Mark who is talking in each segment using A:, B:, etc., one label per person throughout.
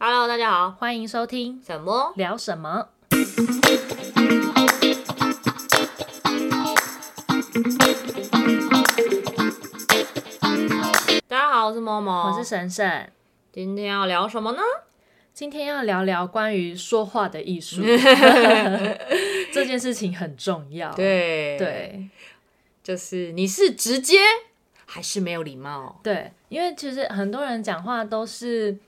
A: Hello，大家好，
B: 欢迎收听
A: 什么？
B: 聊什么？
A: 大家好，我是某某，
B: 我是神神，
A: 今天要聊什么呢？
B: 今天要聊聊关于说话的 艺术，这件事情很重要。
A: 对，
B: 对
A: 就是你是直接还是没有礼貌？
B: 对，因为其实很多人讲话都是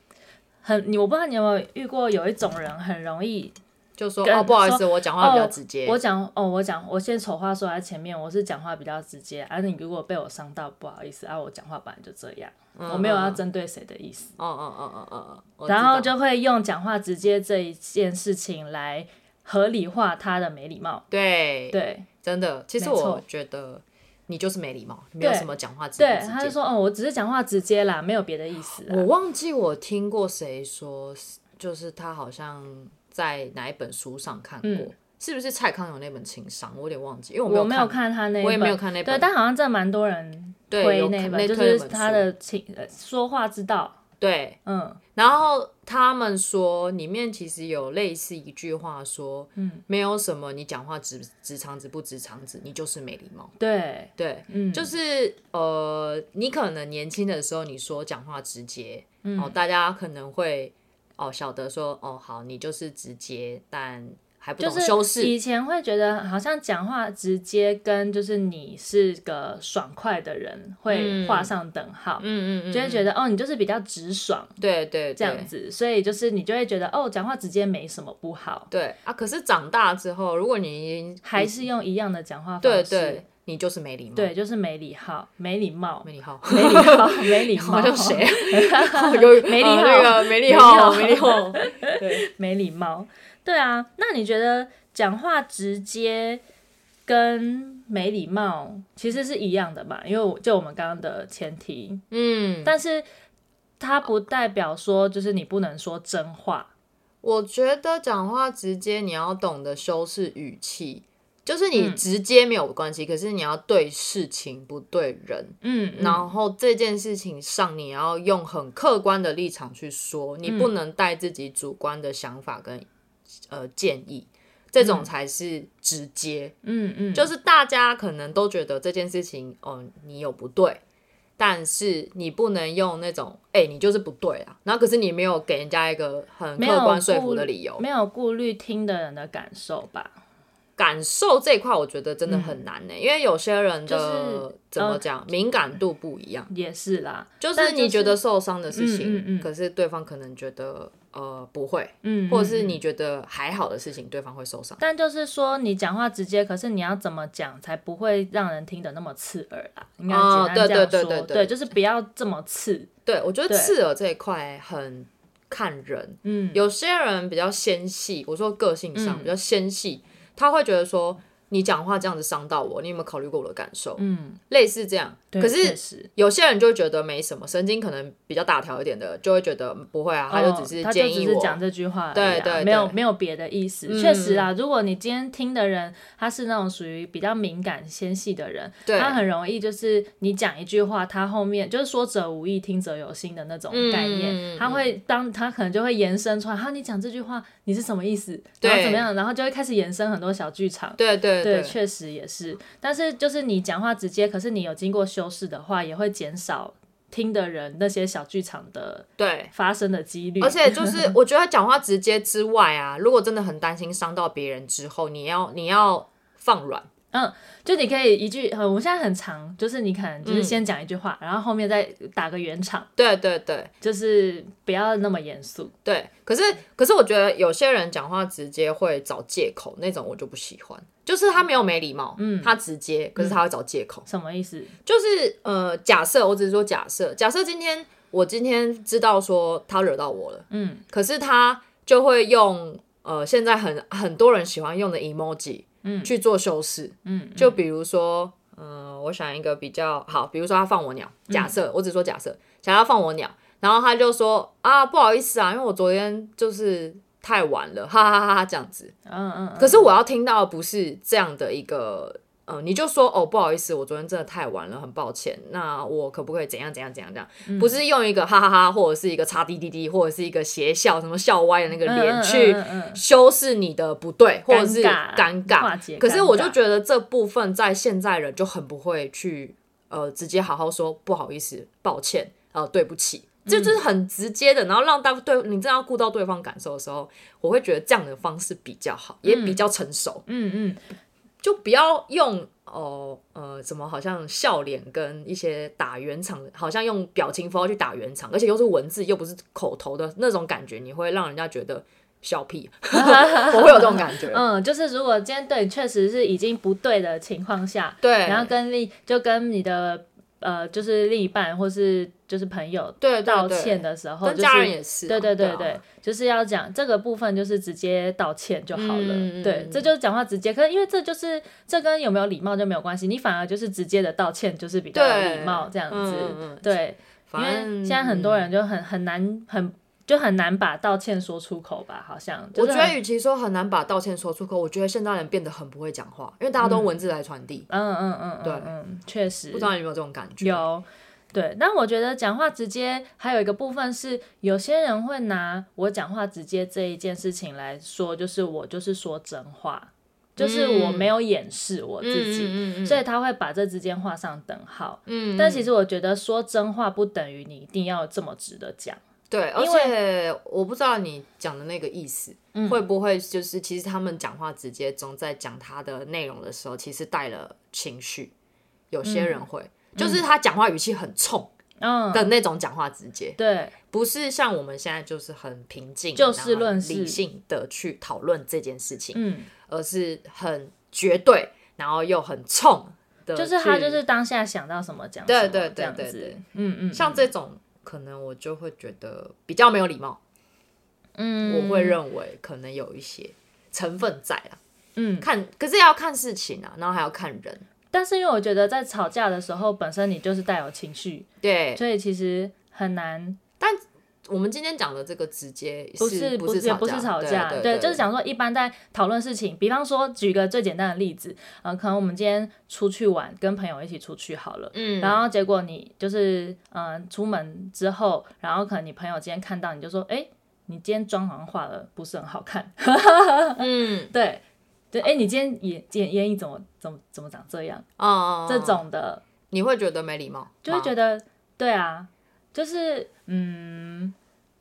B: 很，你我不知道你有没有遇过有一种人很容易，
A: 就说
B: 跟
A: 哦，不好意思，我讲话比较
B: 哦
A: 直接。
B: 我讲哦，我讲我先丑话说在前面，我是讲话比较直接，啊，你如果被我伤到，不好意思啊，我讲话本来就这样，
A: 嗯
B: 我没有要
A: 嗯
B: 针对谁的意思。
A: 哦哦哦哦哦哦，
B: 然后
A: 我知道
B: 就会用讲话直接这一件事情来合理化他的没礼貌。
A: 对，
B: 对
A: 真的，其实
B: 没错
A: 我觉得你就是没礼貌，没有
B: 对
A: 什么讲话直不
B: 对，
A: 直
B: 他
A: 接
B: 就说哦，呃我只是讲话直接啦，没有别的意思
A: 我
B: 啦。
A: 忘记我听过谁说，就是他好像在哪一本书上看过，
B: 嗯
A: 是不是蔡康永那本《情商》？我有点忘记，因为我没
B: 我
A: 有
B: 没有看他那一
A: 我也没有
B: 本
A: 看那
B: 对，
A: 本
B: 但好像真的蛮多人
A: 对
B: 推
A: 有
B: 那一
A: 看
B: 本，
A: 那
B: 就
A: 推那
B: 是
A: 本
B: 他
A: 书
B: 的情呃说话之道。
A: 对。
B: 嗯，
A: 然后他们说里面其实有类似一句话说，
B: 嗯，
A: 没有什么你讲话直直肠子不直肠子，你就是没礼貌。
B: 对，
A: 对，
B: 嗯，
A: 就是呃，你可能年轻的时候你说讲话直接，
B: 嗯
A: 哦，大家可能会哦晓得说哦好，你就是直接，但还不
B: 就
A: 懂修
B: 是
A: 饰。
B: 以前会觉得好像讲话直接跟就是你是个爽快的人会
A: 嗯
B: 画上等号，
A: 嗯嗯嗯，
B: 就会觉得哦，你就是比较直爽，
A: 对对
B: 这样
A: 对
B: 子，所以就是你就会觉得哦，讲话直接没什么不好，
A: 对啊。可是长大之后，如果你已经
B: 还是用一样的讲话方
A: 嗯对
B: 式，
A: 对，嗯你就是没礼貌，
B: 对就是没礼貌，没 礼貌，
A: 没礼 貌。
B: 没礼貌，没礼貌，
A: 好像谁？ 有
B: 没礼
A: 呃
B: 貌
A: 那个没礼貌，没礼 貌。对，
B: 没礼貌，对啊，那你觉得讲话直接跟没礼貌其实是一样的嘛？因为我就我们刚刚的前提，
A: 嗯，
B: 但是它不代表说就是你不能说真话，
A: 我觉得讲话直接，你要懂得修饰语气，就是你
B: 嗯
A: 直接没有关系，可是你要对事情不对人。
B: 嗯，嗯
A: 然后这件事情上，你要用很客观的立场去说，你不能带自己主观的想法跟呃建议，这种才是直接。
B: 嗯嗯，
A: 就是大家可能都觉得这件事情，哦，你有不对，但是你不能用那种，哎、你就是不对啊。然后可是你没有给人家一个很
B: 没有
A: 客观说
B: 顾
A: 服的
B: 虑
A: 理由。
B: 没有顾虑听的人的感受吧。
A: 感受这一块，我觉得真的很难呢、因为有些人的、
B: 嗯就是
A: 怎么讲、敏感度不一样，
B: 也是啦，
A: 就
B: 但
A: 是
B: 就
A: 你觉
B: 是
A: 得受伤的事情，
B: 嗯嗯嗯
A: 可是对方可能觉得呃不会，
B: 嗯，
A: 或者是
B: 嗯，
A: 你觉得还好的事情，对方会受伤。
B: 但就是说你讲话直接，可是你要怎么讲才不会让人听得那么刺耳啦？应该
A: 哦
B: 简单这样说，
A: 对对对对对
B: 就是不要这么刺，
A: 对我觉得
B: 对
A: 刺耳这一块很看人，
B: 嗯，
A: 有些人比较纤细，我说个性上
B: 嗯
A: 比较纤细，他会觉得说你讲话这样子伤到我，你有没有考虑过我的感受？
B: 嗯，
A: 类似这样，
B: 对
A: 可
B: 确
A: 是
B: 实
A: 有些人就会觉得没什么，神经可能比较大条一点的就会觉得嗯不会啊，他就只
B: 哦
A: 是
B: 他就
A: 建
B: 只
A: 议
B: 是
A: 我，
B: 讲这句话而已啊，
A: 对对对
B: 没有没有别的意思，
A: 嗯
B: 确实啦。如果你今天听的人他是那种属于比较敏感纤细的人，
A: 对
B: 他很容易就是你讲一句话，他后面就是说者无意，听者有心的那种概念，
A: 嗯嗯嗯
B: 他会当他可能就会延伸出来，哈，你讲这句话你是什么意思？然
A: 对
B: 后怎么样？然后就会开始延伸很多小剧场。
A: 对对
B: 对，确实也是。但是就是你讲话直接，可是你有经过修饰的话，也会减少听的人那些小剧场的
A: 对，
B: 发生的几率。
A: 而且就是 我觉得讲话直接之外啊，如果真的很担心伤到别人之后，你要你要放软，
B: 就你可以一句，呃，我们现在很长，就是你可能就是先讲一句话，然后后面再打个圆场，
A: 对对对
B: 就是不要那么严肃。
A: 对。可是可是我觉得有些人讲话直接会找借口，那种我就不喜欢，就是他没有没礼貌，
B: 嗯
A: 他直接，可是他会找借口。
B: 什么意思？
A: 就是呃，假设我只是说假设，假设今天我今天知道说他惹到我了，
B: 嗯
A: 可是他就会用呃现在很很多人喜欢用的 emoji，
B: 嗯
A: 去做修饰，
B: 嗯，
A: 就比如说。嗯，我想一个比较好，比如说他放我鸟，假
B: 嗯
A: 设、我只说假设，假设他放我鸟，然后他就说啊不好意思啊，因为我昨天就是太晚了，哈哈哈哈这样子。
B: 嗯嗯嗯。
A: 可是我要听到的不是这样的一个呃，你就说哦，不好意思，我昨天真的太晚了，很抱歉。那我可不可以怎样怎样怎样怎样？
B: 嗯
A: 不是用一个哈哈哈或者是一个叉滴滴滴，或者是一个邪笑什么笑歪的那个脸去
B: 嗯嗯嗯嗯
A: 修饰你的不对，或者是
B: 尴尬
A: 尴
B: 化
A: 尬
B: 解。
A: 可是
B: 尴
A: 我就
B: 尬
A: 觉得这部分在现在人就很不会去呃直接好好说不好意思、抱歉、呃对不起，
B: 嗯
A: 这就是很直接的，然后让大对你真的要顾到对方感受的时候，我会觉得这样的方式比较好，也比较成熟，
B: 嗯嗯，
A: 就不要用。哦，呃，怎么好像笑脸跟一些打圆场，好像用表情符号去打圆场，而且又是文字又不是口头的那种感觉，你会让人家觉得小屁， 我会有这种感觉。
B: 嗯，就是如果今天对你确实是已经不对的情况下，
A: 对，
B: 然后跟另就跟你的呃，就是另一半或是就是朋友
A: 对对
B: 道
A: 对
B: 歉的时候，
A: 跟
B: 哦就
A: 家
B: 是
A: 人也是啊、
B: 对对对
A: 啊
B: 对，就是要讲这个部分，就是直接道歉就好了。
A: 嗯嗯
B: 对，
A: 嗯
B: 这就是讲话直接。可是因为这就是这跟有没有礼貌就没有关系，你反而就是直接的道歉就是比较有
A: 对啊
B: 礼貌这样子。
A: 嗯嗯嗯
B: 对，因
A: 反
B: 为
A: 正嗯
B: 现在很多人就很很难很。就很难把道歉说出口吧，好像。就
A: 我
B: 是
A: 觉得，
B: 很，
A: 与其说很难把道歉说出口，我觉得现代人变得很不会讲话，因为大家都用文字来传递。
B: 嗯嗯嗯，嗯
A: 对
B: 嗯，确实。
A: 不知道你有没有这种感觉？
B: 有，对。但我觉得讲话直接还有一个部分是，有些人会拿我讲话直接这一件事情来说，就是我就是说真话，就是我没有掩饰我自己，
A: 嗯嗯嗯嗯嗯
B: 所以他会把这之间画上等号。
A: 嗯，
B: 但其实我觉得说真话不等于你一定要这么直的讲，
A: 对，而
B: 因为嗯
A: 且我不知道你讲的那个意思、会不会就是，其实他们讲话直接中在讲他的内容的时候，其实带了情绪，有些人会，就是他讲话语气很冲
B: 嗯，
A: 的那种讲话直接，
B: 对，
A: 不是像我们现在就是很平静、
B: 就事论事
A: 然后理性的去讨论这件事情，
B: 嗯，
A: 而是很绝对，然后又很冲的去，
B: 就是他就是当下想到什么讲什
A: 对
B: 么，
A: 对对
B: 这样
A: 对
B: 子
A: 对，
B: 嗯嗯，
A: 像这种，可能我就会觉得比较没有礼貌，
B: 嗯，
A: 我会认为可能有一些成分在啦。
B: 嗯。
A: 看，可是要看事情啊，然后还要看人，
B: 但是因为我觉得在吵架的时候，本身你就是带有情绪，
A: 对。
B: 所以其实很难，
A: 我们今天讲的这个直接
B: 不
A: 是
B: 不
A: 是
B: 是
A: 架，
B: 不是吵架，
A: 对
B: 对，就是讲说一般在讨论事情，比方说举个最简单的例子，呃，可能我们今天出去玩，跟朋友一起出去好了。
A: 嗯，
B: 然后结果你就是嗯、呃出门之后，然后可能你朋友今天看到你就说，哎，你今天妆好像化的不是很好看，
A: 嗯
B: 对，对，哎，你今天眼眼眼影怎么怎么怎么长这样？
A: 啊，
B: 这种的，
A: 你会觉得没礼貌吗，
B: 就会觉得，对啊，就是嗯，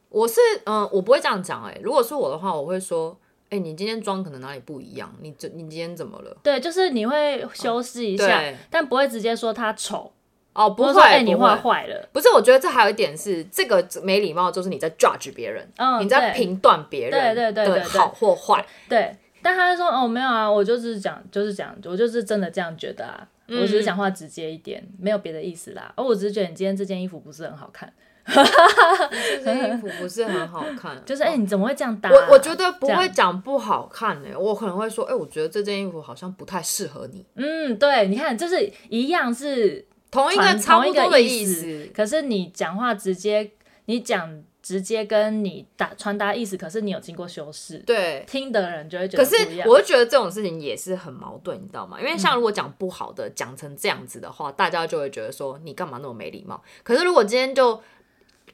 A: 我是嗯、呃我不会这样讲哎、如果是我的话，我会说，哎、你今天妆可能哪里不一样，你这你今天怎么了？
B: 对，就是你会修饰一下，
A: 哦对
B: 但不会直接说他丑，
A: 哦，不
B: 或
A: 会，
B: 者说哎、你
A: 不会
B: 画坏了，
A: 不是，我觉得这还有一点是，这个没礼貌，就是你在 judge 别人，
B: 嗯，
A: 你在
B: 对
A: 评断别人
B: 对对对对
A: 的
B: 对
A: 好或 坏。
B: 对，但他就说哦没有啊，我就是讲就是讲，我就是真的这样觉得啊，
A: 嗯
B: 我只是讲话直接一点，没有别的意思啦，哦，我只是觉得你今天这件衣服不是很好看，
A: 这件衣服不是很好 看，
B: 就是哎、你怎么会这样搭啊、
A: 哦我我觉得不
B: 这
A: 会
B: 样，
A: 讲不好看呢、我可能会说，哎、我觉得这件衣服好像不太适合你，
B: 嗯，对，你看就是一样是
A: 同一个
B: 传
A: 差
B: 同
A: 不
B: 一
A: 多
B: 个
A: 的
B: 意
A: 思。
B: 可是你讲话直接，你讲直接跟你打传达意思，可是你有经过修饰，
A: 对，
B: 听的人就会觉
A: 可
B: 得
A: 是
B: 不一样。嗯
A: 我会觉得这种事情也是很矛盾，你知道吗？因为像如果讲不好的，讲、成这样子的话，大家就会觉得说你干嘛那么没礼貌。可是如果今天就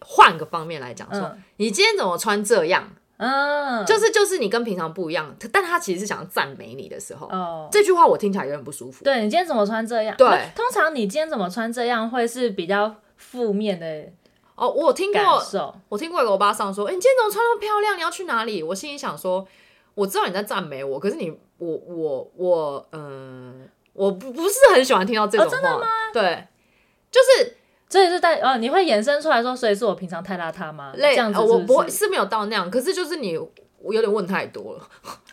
A: 换个方面来讲，说、
B: 嗯
A: 你今天怎么穿这样，
B: 嗯，
A: 就是就是你跟平常不一样，但他其实是想要赞美你的时候，
B: 哦，
A: 这句话我听起来有点不舒服。
B: 对你今天怎么穿这样？
A: 对
B: 那通常你今天怎么穿这样会是比较负面的
A: 哦，我有听
B: 感
A: 过，
B: 受。
A: 我听过一个欧巴桑说：“哎、你今天怎么穿那么漂亮？你要去哪里？”我心里想说，我知道你在赞美我，可是你，我我我，嗯、我不不是很喜欢听到
B: 哦
A: 这种话。真的吗？对，就是
B: 所以是带哦，你会衍生出来说，所以是我平常太邋遢吗？这
A: 类，
B: 样子
A: 呃
B: 是
A: 我不
B: 不
A: 会
B: 是？
A: 是没有到那样，可是就是你，我有点问太多了。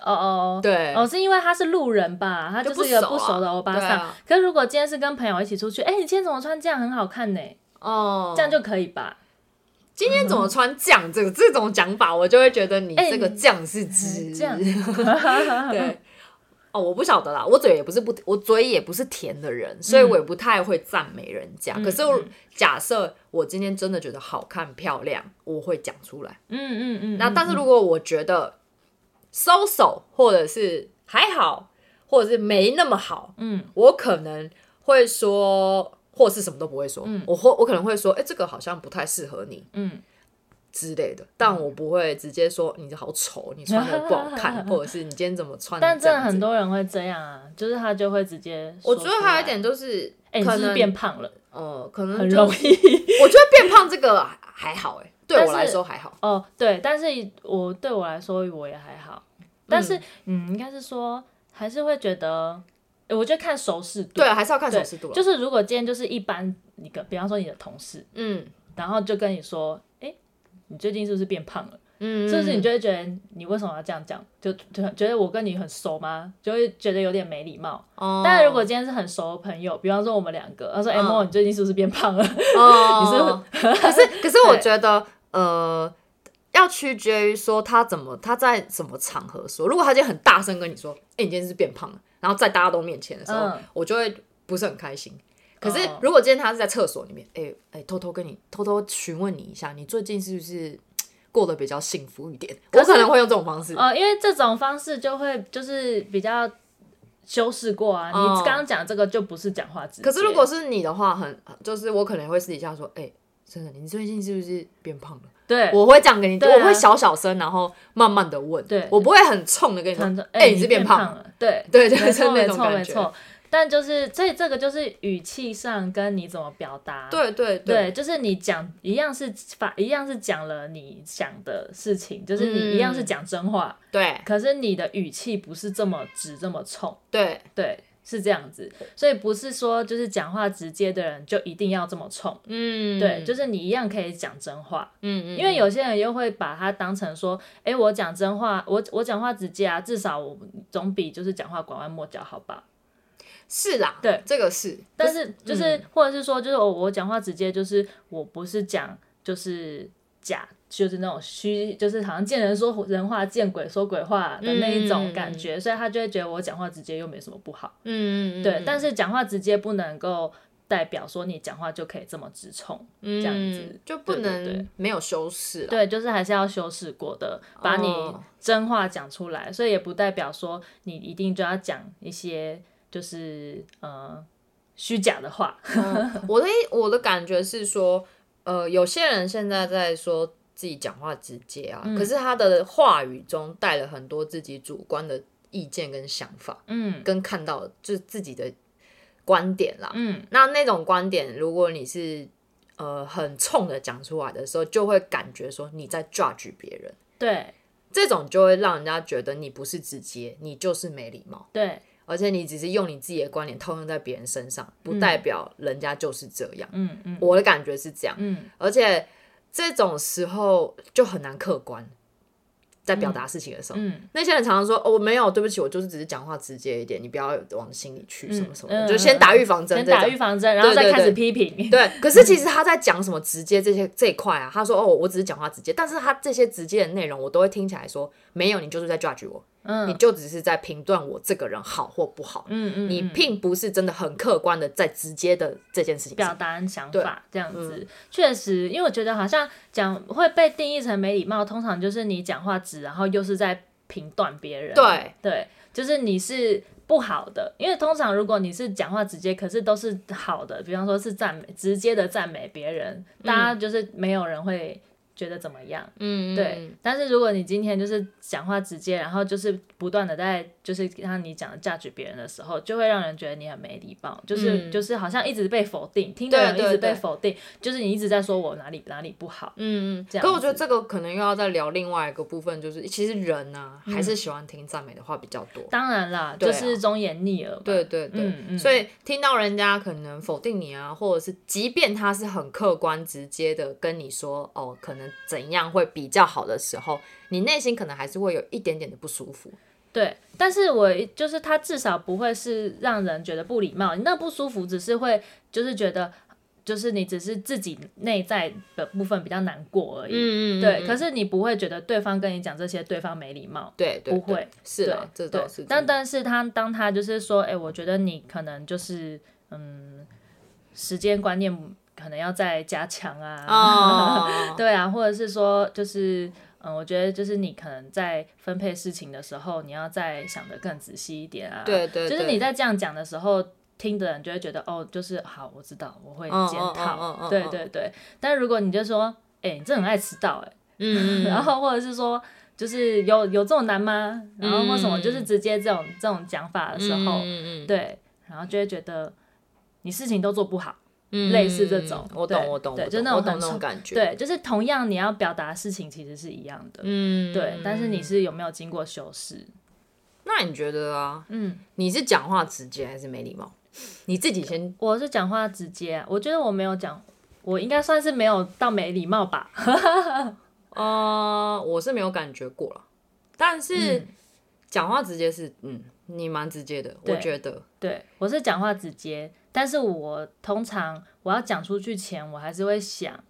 B: 哦哦，哦
A: 对，
B: 哦，是因为他是路人吧，他
A: 就是
B: 一个
A: 不
B: 不
A: 熟啊
B: 熟的欧巴
A: 对
B: 桑
A: 啊。
B: 可是如果今天是跟朋友一起出去，哎，你今天怎么穿这样很好看呢？
A: 哦，
B: 这样就可以吧？
A: 今天怎么穿这样？这个这种讲法，我就会觉得你
B: 哎
A: 这个酱是汁。
B: 这样
A: 对。哦，我不晓得啦，我嘴也不是不，我嘴也不是甜的人，所
B: 嗯
A: 以我也不太会赞美人家。可是我假设我今天真的觉得好看漂亮，我会讲出来。
B: 嗯嗯嗯。
A: 那但是如果我觉得 so so 或者是还好，或者是没那么好，
B: 嗯，
A: 我可能会说，或是什么都不会说，
B: 嗯
A: 我或我可能会说，哎、这个好像不太适合你
B: 嗯，
A: 之类的，但我不会直接说你好丑，你穿的不好 看，或者是你今天怎么穿，
B: 但
A: 这
B: 真
A: 样
B: 的
A: 子
B: 很。多人会这样啊，就是他就会直接说
A: 我
B: 出
A: 觉
B: 来，
A: 得还有一点就是，
B: 哎，你
A: 可
B: 是不是
A: 能
B: 变胖了，
A: 呃，可能
B: 很
A: 就
B: 容
A: 是
B: 易。
A: 我觉得变胖这个还好、哎，对
B: 但
A: 我来
B: 是
A: 说还好。
B: 哦，对，但是我对我来说我也还好，但是嗯应该是说还是会觉得，诶我觉得看熟视度，
A: 对，啊还是要看
B: 对
A: 手势度了。
B: 就是如果今天就是一般一个，比方说你的同事，
A: 嗯
B: 然后就跟你说，哎、你最近是不是变胖了？
A: 嗯，
B: 是不是你就会觉得你为什么要这样讲？就就觉得我跟你很熟吗？就会觉得有点没礼貌。
A: 哦
B: 但如果今天是很熟的朋友，比方说我们两个，他说：“哎、
A: 嗯
B: 莫，你最近是不是变胖了？”
A: 哦，
B: 你是
A: 可是可是我
B: 对
A: 觉得呃，要取决于说他怎么他在什么场合说。如果他今天很大声跟你说：“哎、你今天是不是变胖了。”然后在大家都面前的时候，
B: 嗯
A: 我就会不是很开心。可是
B: 哦
A: 如果今天他是在厕所里面，哎、哎、偷偷跟你偷偷询问你一下，你最近是不是过得比较幸福一点？我
B: 可是
A: 可能会用这种方式。
B: 呃，因为这种方式就会就是比较修饰过啊。
A: 哦
B: 你刚刚讲这个就不是讲话直接。
A: 可是如果是你的话，很就是我可能会私底下说：“哎、真的，你最近是不是变胖了？”
B: 对，
A: 我会这样跟你，
B: 对啊
A: 我会小小声，然后慢慢的问，
B: 对
A: 我不会很冲的跟你说
B: 常常，
A: 哎、
B: 诶
A: 你是
B: 变
A: 变胖了，
B: 了，对。
A: 对对，
B: 没
A: 就是
B: 错，
A: 那
B: 没
A: 种
B: 错，
A: 感
B: 没
A: 觉，
B: 错。但就是，所以这个就是语气上跟你怎么表达，
A: 对对
B: 对，就是你讲一样是法，一样是讲了你想的事情，就是你一
A: 嗯
B: 样是讲真话，
A: 对
B: 可是你的语气不是这么直，这么冲，
A: 对，
B: 对，是这样子。所以不是说就是讲话直接的人就一定要这么冲，
A: 嗯，
B: 对，就是你一样可以讲真话，
A: 嗯嗯，
B: 因为有些人又会把它当成说，哎、我讲真话，我我讲话直接啊，至少我总比就是讲话拐弯抹角好吧？
A: 是啦，
B: 对，
A: 这个是，
B: 但是就是、或者是说，就是我我讲话直接，就是我不是讲就是假，就是那种虚，就是好像见人说人话，见鬼说鬼话的那一种感觉，所以他就会觉得我讲话直接又没什么不好。
A: 嗯嗯，
B: 对，但
A: 是
B: 是讲话直接不能够代表说你讲话就可以这么直冲。
A: 这
B: 样子
A: 嗯就不
B: 对对
A: 能
B: 对
A: 没有修饰啦，
B: 对，就是还是要修饰过的，把你
A: 哦
B: 真话讲出来，所以也不代表说你一定就要讲一些就是呃虚假的话。
A: 嗯我的意我的感觉是说，呃，有些人现在在说自己讲话直接啊，
B: 嗯
A: 可是他的话语中带了很多自己主观的意见跟想法，
B: 嗯
A: 跟看到就是自己的观点啦。
B: 嗯，
A: 那那种观点，如果你是呃很冲的讲出来的时候，就会感觉说你在 judge 别人，
B: 对
A: 这种就会让人家觉得你不是直接，你就是没礼貌，
B: 对，
A: 而且你只是用你自己的观点套用在别人身上，不代表人家就是这样。
B: 嗯嗯
A: 我的感觉是这样，
B: 嗯，
A: 而且这种时候就很难客观，在表达事情的时候。
B: 嗯
A: 那些人常常说：“哦，我没有，对不起，我就是只是讲话直接一点，你不要往心里去，
B: 嗯
A: 什么什么的，
B: 嗯
A: 就先打预防针
B: 先
A: 这
B: 打预
A: 种。
B: 防针，然后再
A: 对对
B: 开
A: 对
B: 始批评。
A: 对，可是其实他在讲什么直接这些这一块啊，他说：“哦，我只是讲话直接。”但是他这些直接的内容，我都会听起来说：“没有，你就是在 judge 我，你
B: 嗯
A: 就只是在评断我这个人好或不好，
B: 嗯嗯，
A: 你
B: 嗯
A: 并不是真的很客观的在直接的这件事情
B: 表
A: 上。
B: 达想
A: 对
B: 法这样子，确、实，因为我觉得好像讲会被定义成没礼貌，通常就是你讲话直，然后又是在评断别人。
A: 对
B: 对，就是你是不好的，因为通常如果你是讲话直接，可是都是好的，比方说是赞美，直接的赞美别人，大家就是没有人会觉得怎么样。”
A: 嗯，
B: 对，但是如果你今天就是讲话直接，然后就是不断的在就是让你讲的价值别人的时候，就会让人觉得你很没礼貌，就是、
A: 嗯
B: 就是好像一直被否定，听的
A: 对
B: 人一
A: 对
B: 直被
A: 对
B: 否定，就是你一直在说我哪里哪里不好，
A: 嗯嗯，
B: 这样
A: 可我觉得
B: 子
A: 这个可能又要再聊另外一个部分，就是其实人呢、还
B: 嗯
A: 是喜欢听赞美的话比较多。
B: 当然啦，
A: 对
B: 就
A: 啊
B: 是忠言逆耳嘛，
A: 对对对，
B: 嗯嗯
A: 所以听到人家可能否定你啊，或者是即便他是很客观直接的跟你说哦，可能怎样会比较好的时候，你内心可能还是会有一点点的不舒服。
B: 对，但是我就是他至少不会是让人觉得不礼貌，你那不舒服只是会就是觉得就是你只是自己内在的部分比较难过而已。
A: 嗯
B: 对，可是你不会觉得对方跟你讲这些，对方没礼貌，
A: 对对
B: 不
A: 对
B: 会
A: 是
B: 对
A: 啊，这
B: 对
A: 倒是真的。
B: 但但是他当他就是说，哎、我觉得你可能就是嗯，时间观念可能要再加强啊，
A: 哦，
B: 对啊，或者是说就是嗯，我觉得就是你可能在分配事情的时候，你要再想得更仔细一点啊。
A: 对对
B: 就是
A: 对
B: 你在这样讲的时候，听的人就会觉得哦，就是好，我知道，我会
A: 嗯嗯
B: 检
A: 嗯
B: 讨。
A: 嗯嗯
B: 对
A: 嗯
B: 对对。但如果你就说，哎、你真的很爱迟到、哎、
A: 嗯
B: 然后或者是说，就是有有这种难吗？然后或什么，就是直接这种这种讲法的时候，
A: 嗯嗯嗯
B: 对，然后就会觉得你事情都做不好。
A: 嗯
B: 类似这种
A: 我
B: 对
A: 懂我懂，
B: 对
A: 我
B: 就
A: 懂
B: 那种
A: 我懂
B: 很
A: 那种
B: 冲
A: 感觉，，
B: 对，就是同样你要表达的事情其实是一样的，
A: 嗯，
B: 对，但是你是有没有经过修饰？
A: 那你觉得啊，
B: 嗯，
A: 你是讲话直接还是没礼貌？你自己先
B: 我是讲话直接啊，我觉得我没有讲，我应该算是没有到没礼貌吧。
A: 呃，我是没有感觉过了，但
B: 嗯
A: 是讲话直接是，嗯，你蛮直接的，我
B: 对
A: 觉得，
B: 对，我是讲话直接，但是我通常我要讲出去前，我还是会想，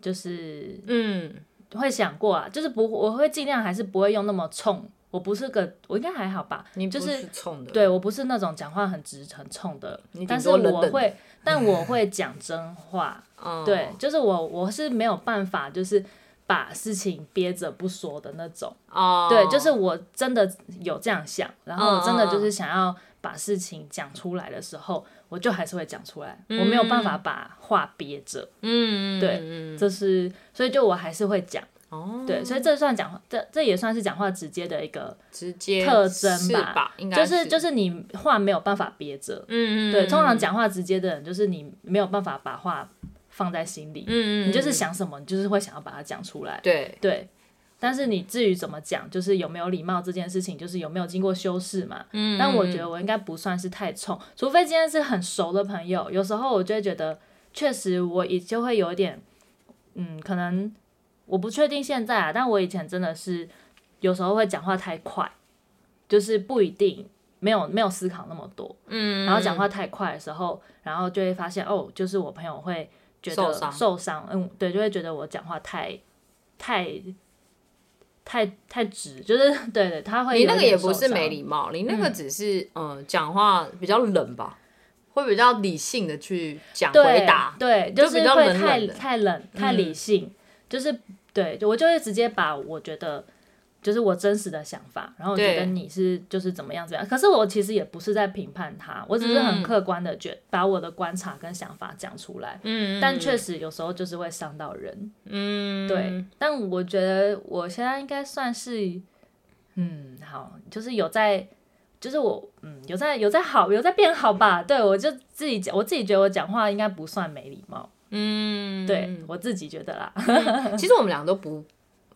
B: 就是
A: 嗯，
B: 会想过啊，就是不，我会尽量还是不会用那么冲。我不是个，我应该还好吧，
A: 你
B: 就
A: 不
B: 是
A: 是冲的，，
B: 对我不是那种讲话很直很冲的
A: 你顶，
B: 但是
A: 多冷冷
B: 我
A: 的
B: 会，但我会讲真 话。
A: 嗯，
B: 对，就是我我是没有办法，就是把事情憋着不说的那种。
A: 哦，
B: 对，就是我真的有这样想，然后
A: 嗯
B: 我真的就
A: 嗯
B: 是想要把事情讲出来的时候，我就还是会讲出来，
A: 嗯
B: 我没有办法把话憋着。
A: 嗯，嗯，
B: 对
A: 嗯，
B: 这是，所以就我还是会讲。
A: 哦，
B: 对，所以这算讲话，这这也算是讲话直接的一个，
A: 直接
B: 特征
A: 是
B: 吧
A: 吧，应该，
B: 就是就是是你话没有办法憋着。
A: 嗯嗯，
B: 对，
A: 嗯
B: 通常，讲话直接的人，就是你没有办法把话放在心里，
A: 嗯嗯，
B: 你就是
A: 嗯，
B: 想什么，你就是会想要把它讲出来。
A: 对，
B: 对，但是你至于怎么讲，就是有没有礼貌这件事情，就是有没有经过修饰嘛。
A: 嗯，
B: 但我
A: 嗯
B: 觉得我应该不算是太冲，除非今天是很熟的朋友，有时候我就会觉得，确实我也就会有一点，嗯，可能我不确定现在啊，但我以前真的是有时候会讲话太快，就是不一定。没有没有思考那么多，
A: 嗯，
B: 然后讲话太快的时候，然后就会发现哦，就是我朋友会觉
A: 受
B: 得
A: 伤
B: 受伤，嗯，对，就会觉得我讲话太太太太直，就是 对对，他
A: 嗯
B: 会
A: 你
B: 有
A: 那个
B: 点
A: 也不
B: 受
A: 是没
B: 伤
A: 礼貌，你那个只是嗯讲、话比较冷吧，会比较理性的去讲
B: 对
A: 回答。
B: 对，
A: 就
B: 就是
A: 比较
B: 会
A: 冷
B: 太
A: 冷的嗯
B: 太冷太理性，就是对，就我就会直接把我觉得。就是我真实的想法，然后我觉
A: 对
B: 得你是就是怎么样怎么样，可是我其实也不是在评判他，我只是
A: 嗯
B: 很客观的觉、把我的观察跟想法讲出来，
A: 嗯
B: 但确实有时候就是会伤到人，
A: 嗯，
B: 对。但我觉得我现在应该算是，嗯，好，就是有在，就是我，嗯，有在有在好，有在变好吧。对我就自己讲，我自己觉得我讲话应该不算没礼貌，
A: 嗯，
B: 对我自己觉得啦。
A: 其实我们俩都不，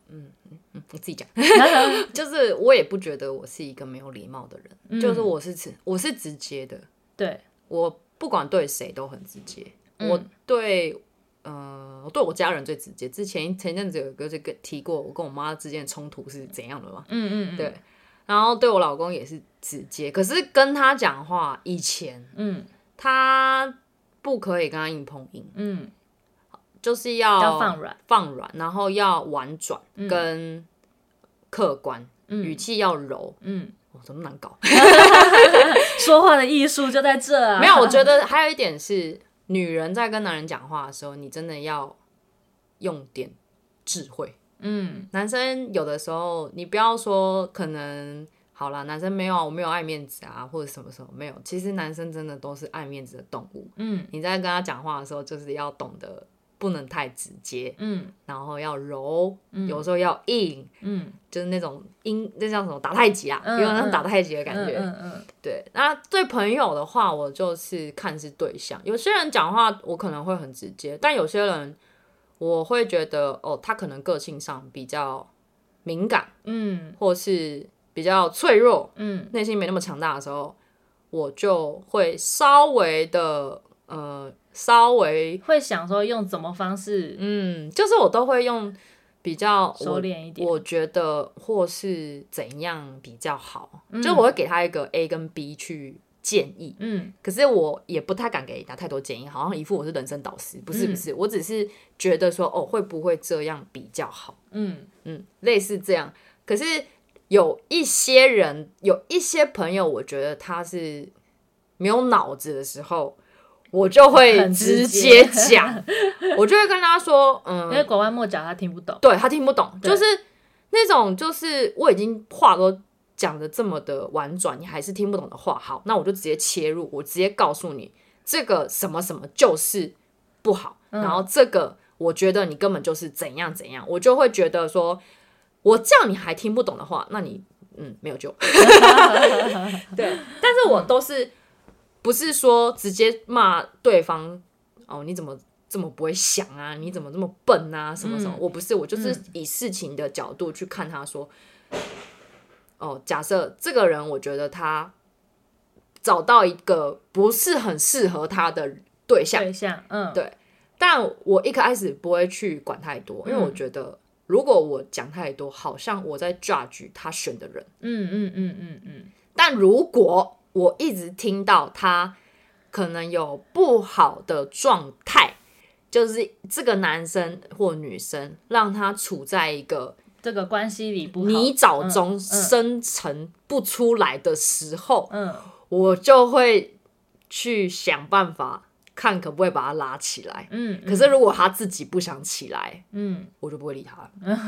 A: 嗯嗯嗯，我自己讲， 就是我也不觉得我是一个没有礼貌的人，
B: 嗯
A: 就是我是直我是直接的，
B: 对，
A: 我不管对谁都很直接，
B: 嗯
A: 我对。呃，我对我家人最直接。之前前阵子有一个就跟提过，我跟我妈之间的冲突是怎样的嘛？
B: 嗯嗯
A: 对，然后对我老公也是直接，可是跟他讲话以前，
B: 嗯
A: 他不可以跟他硬碰硬，
B: 嗯，
A: 就是要
B: 要放软，
A: 放软，然后要婉转跟客观，语气要柔。
B: 嗯，
A: 我、怎么难搞？
B: 说话的艺术就在这啊。
A: 没有，我觉得还有一点是，女人在跟男人讲话的时候，你真的要用点智慧。
B: 嗯
A: 男生有的时候，你不要说可能好啦，男生没有啊，我没有爱面子啊，或者什么什么没有。其实男生真的都是爱面子的动物。
B: 嗯
A: 你在跟他讲话的时候，就是要懂得不能太直接，
B: 嗯
A: 然后要柔，有时候要硬，
B: 嗯
A: 就是那种硬，那叫什么打太极啊，
B: 嗯
A: 有那种打太极的感觉。
B: 嗯嗯
A: 对，那对朋友的话，我就是看是对象。有些人讲话我可能会很直接，但有些人我会觉得哦，他可能个性上比较敏感，
B: 嗯
A: 或是比较脆弱，
B: 嗯
A: 内心没那么强大的时候，我就会稍微的呃，稍微
B: 嗯，会想说用怎么方式
A: 嗯，就是我都会用比较
B: 收
A: 我
B: 敛一点。
A: 我觉得或是怎样比较好，就是我会给他一个 A 跟 B 去建议，
B: 嗯
A: 可是我也不太敢给他太多建议，好像一副我是人生导师，不是
B: 嗯
A: 不是，我只是觉得说哦会不会这样比较好，
B: 嗯
A: 嗯，类似这样。可是有一些人，有一些朋友，我觉得他是没有脑子的时候，我就会
B: 很
A: 直
B: 直
A: 接
B: 接
A: 讲，我就会跟他说， 嗯，
B: 因为拐弯抹角他听不懂。
A: 对他听不懂，
B: 对
A: 就是那种就是我已经话都讲的这么的婉转，你还是听不懂的话，好，那我就直接切入，我直接告诉你这个什么什么就是不好，然后这个我觉得你根本就是怎样怎样，我就会觉得说，我叫你还听不懂的话，那你嗯没有救。对，但是我都是不是说直接骂对方哦，你怎么这么不会想啊？你怎么这么笨啊？什么什么？我不是，我就是以事情的角度去看他说，哦，假设这个人，我觉得他找到一个不是很适合他的对象，
B: 对象，嗯，
A: 对但我一开始不会去管太多，因为我
B: 嗯
A: 觉得如果我讲太多，好像我在 judge 他选的人。
B: 嗯嗯嗯嗯嗯，
A: 但如果我一直听到他可能有不好的状态，就是这个男生或女生让他处在一个
B: 这个关系里不好，
A: 泥沼中
B: 嗯
A: 深沉不出来的时候，
B: 嗯，
A: 我就会去想办法看可不可以把他拉起来。
B: 嗯，嗯
A: 可是如果他自己不想起来，
B: 嗯
A: 我就不会理他了。
B: 嗯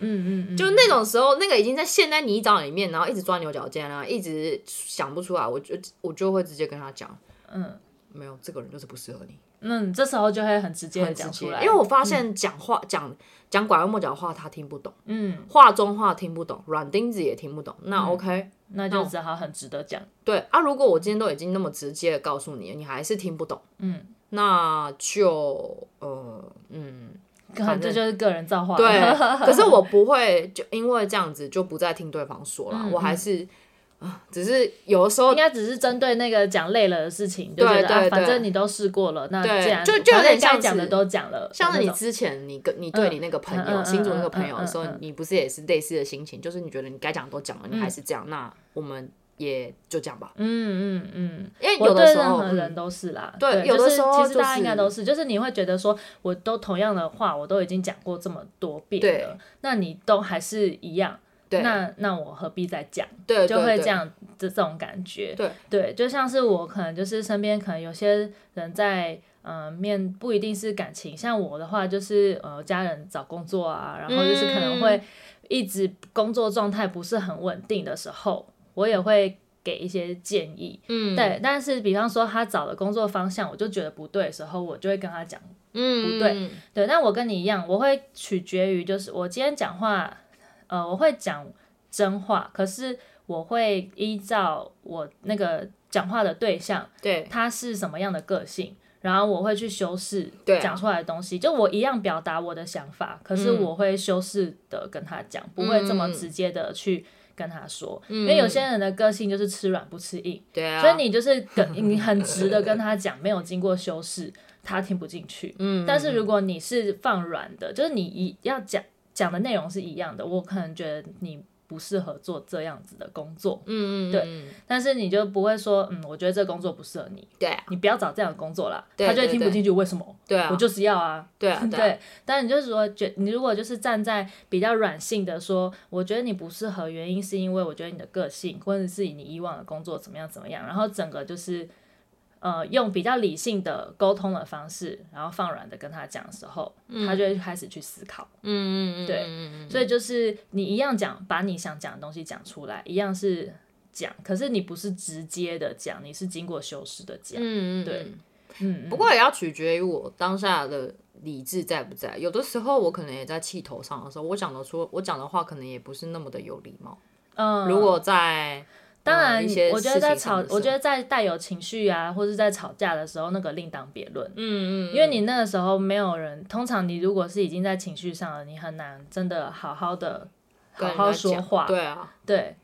B: 嗯嗯，
A: 就那种时候，那个已经在陷在泥沼里面，然后一直钻牛角尖啊，一直想不出来，我就我就会直接跟他讲，
B: 嗯，
A: 没有，这个人就是不适合你，
B: 那你这时候就会很直接的
A: 很直
B: 讲
A: 接
B: 出。来，
A: 因为我发现讲话讲讲拐弯抹角的话他听不懂，
B: 嗯，
A: 话中话听不懂，软钉子也听不懂。那 OK，、
B: 那就只好很值得讲，
A: 对啊，如果我今天都已经那么直接的告诉你了，你还是听不懂，
B: 嗯，
A: 那就呃嗯。
B: 可能这就是个人造化，
A: 对，可是我不会就因为这样子就不再听对方说了，
B: 嗯
A: 我还是啊，只是有的时候
B: 应该只是针对那个讲累了的事情，就觉
A: 对
B: 得
A: 对
B: 啊，
A: 对
B: 反正你都试过了，那
A: 对
B: 既然
A: 就就有
B: 反
A: 点
B: 正该
A: 像
B: 讲的
A: 是
B: 都讲了，
A: 像是你
B: 那种
A: 之前你跟你对你那个朋友、
B: 嗯嗯
A: 新竹那个朋友的时候，
B: 嗯嗯嗯嗯嗯
A: 你不是也是类似的心情，就是你觉得你该讲的都讲了，你还是这样，那我们也就这样吧。
B: 嗯嗯嗯，
A: 因为
B: 我
A: 有的
B: 对
A: 时
B: 任
A: 候，
B: 何
A: 嗯
B: 人都是啦，
A: 对
B: 对，
A: 有的
B: 就是
A: 时候
B: 其实大
A: 就
B: 家
A: 是
B: 应该都是，就是你会觉得说，我都同样的话，我都已经讲过这么多遍
A: 对
B: 了，那你都还是一样，
A: 对
B: 那那我何必再讲？
A: 对，
B: 就
A: 对
B: 会
A: 对
B: 这样这这种感觉，
A: 对
B: 对，就像是我可能就是身边可能有些人在。嗯、面不一定是感情，像我的话就是呃，家人找工作啊，然后就是可能会
A: 嗯
B: 一直工作状态不是很稳定的时候，我也会给一些建议，
A: 嗯，
B: 对，但是比方说他找的工作方向，我就觉得不对的时候，我就会跟他讲。
A: 嗯，
B: 不对，对，但我跟你一样，我会取决于就是我今天讲话，呃，我会讲真话，可是我会依照我那个讲话的对象，
A: 对
B: 他是什么样的个性，然后我会去修饰
A: 对啊
B: 讲出来的东西。就我一样表达我的想法，可是
A: 嗯
B: 我会修饰的跟他讲，不会这么
A: 嗯
B: 直接的去跟他说，因为有些人的个性就是吃软不吃硬。
A: 对啊，
B: 所以你就是跟你很直的跟他讲，没有经过修饰，他听不进去。
A: 嗯，
B: 但是如果你是放软的，就是你一要讲讲的内容是一样的，我可能觉得你不适合做这样子的工作，
A: 嗯嗯
B: 对
A: 嗯
B: 但是你就不会说，嗯，我觉得这工作不适合你，
A: 对啊
B: 你不要找这样的工作啦。
A: 对
B: 他就会
A: 对
B: 听不
A: 对
B: 进去，为什么？
A: 对啊
B: 我就是要啊，
A: 对 啊对啊
B: 对，但你就是说，觉你如果就是站在比较软性的说，我觉得你不适合，原因是因为我觉得你的个性，或者是你以往的工作怎么样怎么样，然后整个就是呃用比较理性的沟通的方式，然后放软的跟他讲的时候，
A: 嗯
B: 他就会开始去思考。
A: 嗯嗯嗯，
B: 对
A: 嗯嗯
B: 所以就是你一样讲，把你想讲的东西讲出来，一样是讲，可是你不是直接的讲，你是经过修饰的讲。
A: 嗯嗯
B: 对
A: 嗯
B: 嗯，
A: 不过也要取决于我当下的理智在不在。有的时候我可能也在气头上的时候，我讲的出我讲的话可能也不是那么的有礼貌。
B: 嗯，
A: 如果在
B: 当
A: 呃
B: 然
A: 一些，
B: 我觉
A: 事
B: 得在
A: 情上
B: 吵
A: 的，时
B: 我觉
A: 候
B: 得在带有情绪啊，或是在吵架的时候，那个另当别论。
A: 嗯
B: 因为你那个时候没有人，通常你如果是已经在情绪上了，你很难真的好好的好
A: 跟
B: 好
A: 人家
B: 说
A: 讲
B: 话。
A: 对啊，
B: 对，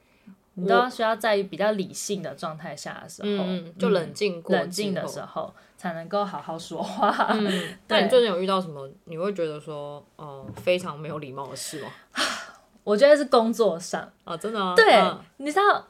B: 你都要需要在比较理性的状态下的时候，
A: 嗯嗯，就冷静过
B: 冷静的时
A: 候。
B: 候，才能够好好说话。
A: 嗯，那你最近有遇到什么你会觉得说哦、呃非常没有礼貌的事吗？
B: 我觉得是工作上，
A: 啊，真的啊，
B: 对，
A: 嗯
B: 你知道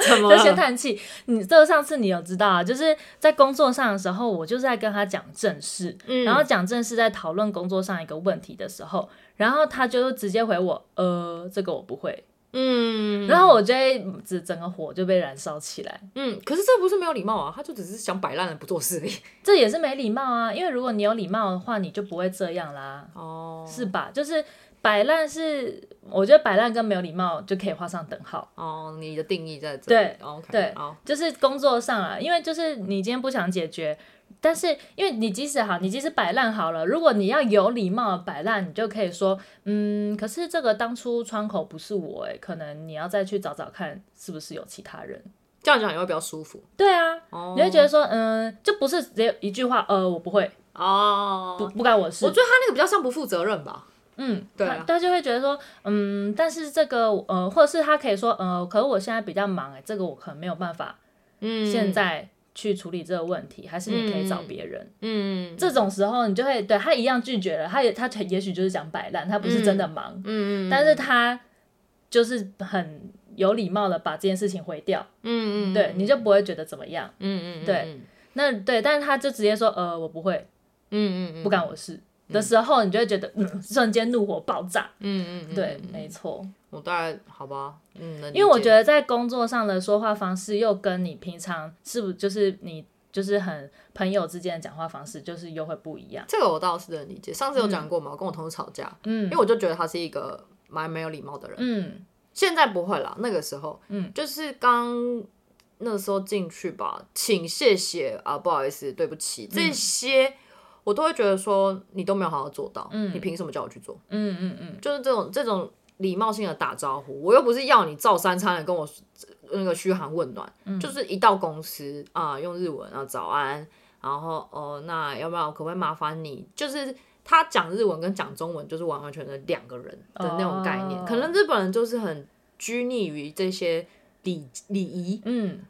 A: 怎么
B: 就先
A: 了？
B: 叹气。你这个上次你有知道啊？就是在工作上的时候，我就是在跟他讲正事，
A: 嗯
B: 然后讲正事在讨论工作上一个问题的时候，然后他就直接回我：“呃，这个我不会。”
A: 嗯
B: 然后我就会整整个火就被燃烧起来，
A: 嗯，可是这不是没有礼貌啊，他就只是想摆烂了不做事而已。
B: 这也是没礼貌啊。因为如果你有礼貌的话，你就不会这样啦，
A: 哦，
B: 是吧？就是摆烂是，我觉得摆烂跟没有礼貌就可以画上等号。
A: 哦，你的定义在这
B: 对
A: 里。，OK，哦
B: 对
A: 好，
B: 就是工作上啊，因为就是你今天不想解决，但是因为你即使好，你即使摆烂好了，如果你要有礼貌地摆烂，你就可以说，嗯，可是这个当初窗口不是我、欸，可能你要再去找找看是不是有其他人。
A: 这样讲也会比较舒服。
B: 对啊，
A: 哦，
B: 你会觉得说，嗯，就不是只有一句话，呃，我不会，
A: 哦，
B: 不不关我的事
A: 我。觉得他那个比较像不负责任吧。
B: 嗯，
A: 对
B: 他
A: 啊
B: 他就会觉得说，嗯，但是这个，呃，或者是他可以说，呃，可是我现在比较忙、哎，这个我可能没有办法
A: 嗯
B: 现，在去处理这个问题，还是你可以找别人。
A: 嗯，
B: 这种时候，你就会对他一样拒绝了，他也他也许就是想摆烂，他不是真的忙，
A: 嗯嗯
B: 但是他就是很有礼貌的把这件事情回掉，
A: 嗯嗯，
B: 对，你就不会觉得怎么样。
A: 嗯嗯，嗯
B: 对，那对，但是他就直接说，呃，我不会，
A: 嗯嗯嗯，
B: 不干我事。的时候，你就会觉得，嗯，瞬间怒火爆炸。
A: 嗯嗯嗯，
B: 对，没错，
A: 我大概好吧，嗯，能理
B: 因为我
A: 解
B: 觉得在工作上的说话方式，又跟你平常是不是就是你就是很朋友之间的讲话方式，就是又会不一样。
A: 这个我倒是能理解。上次有讲过嘛，我跟我同事吵架，
B: 嗯
A: 因为我就觉得他是一个蛮没有礼貌的人。
B: 嗯
A: 现在不会啦，那个时候，
B: 嗯，
A: 就是刚那时候进去吧，请谢谢啊，不好意思，对不起，
B: 嗯
A: 这些我都会觉得说你都没有好好做到，
B: 嗯
A: 你凭什么叫我去做？
B: 嗯嗯嗯，
A: 就是这种这种礼貌性的打招呼，我又不是要你照三餐的跟我呃那个嘘寒问暖，
B: 嗯
A: 就是一到公司啊、用日文啊早安，然后哦、那要不要可不可以麻烦你？就是他讲日文跟讲中文就是完完全全两个人的那种概念，
B: 哦
A: 可能日本人就是很拘泥于这些礼礼仪，
B: 嗯，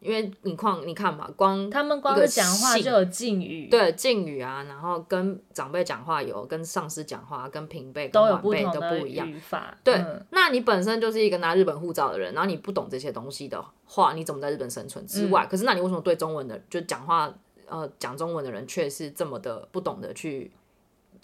A: 因为你况你看嘛，光
B: 他们光
A: 一个
B: 是讲话
A: 信
B: 就有敬语，，
A: 对敬语啊，然后跟长辈讲话有，跟上司讲话，跟平辈跟
B: 都有
A: 晚
B: 不
A: 辈
B: 同
A: 都
B: 的
A: 不一样。
B: 语法。
A: 对，
B: 嗯
A: 那你本身就是一个拿日本护照的人，然后你不懂这些东西的话，你怎么在日本生存之
B: 嗯
A: 外？可是那你为什么对中文的就讲话呃讲中文的人却是这么的不懂得去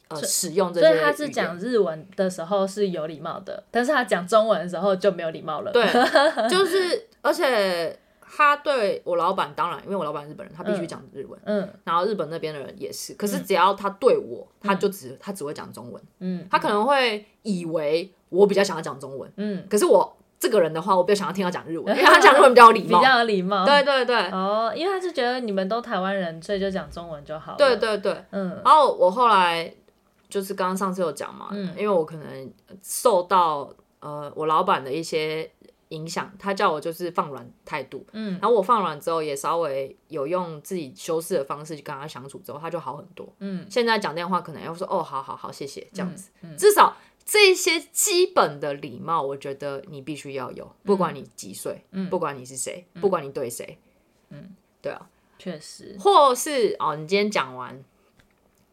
A: 呃使用这些
B: 所
A: 语言？
B: 以他是讲日文的时候是有礼貌的，但是他讲中文的时候就没有礼貌了。，
A: 对， 就是而且他对我老板，当然因为我老板日本人，他必须讲日文。
B: 嗯
A: 然后日本那边的人也是，可是只要他对我，他就只他只会讲中文，
B: 嗯
A: 他可能会以为我比较想要讲中文，
B: 嗯，
A: 可是我这个人的话，我比较想要听他讲日文，因为他讲日文比较有礼
B: 比
A: 貌，
B: 较有礼貌。
A: 对对对，
B: 哦，因为他是觉得你们都台湾人，所以就讲中文就好了。
A: 对，对对，
B: 嗯
A: 然后我后来就是刚刚上次有讲嘛，因为我可能受到呃我老板的一些影响，他叫我就是放软态度，
B: 嗯，
A: 然后我放软之后也稍微有用自己修饰的方式去跟他相处之后，他就好很多。
B: 嗯，
A: 现在讲电话可能要说哦，好好好，谢谢这样子，至少。这些基本的礼貌，我觉得你必须要有，不管你几岁，不管你是谁，不管你对谁，嗯，对啊，
B: 确实，
A: 或是哦，你今天讲完，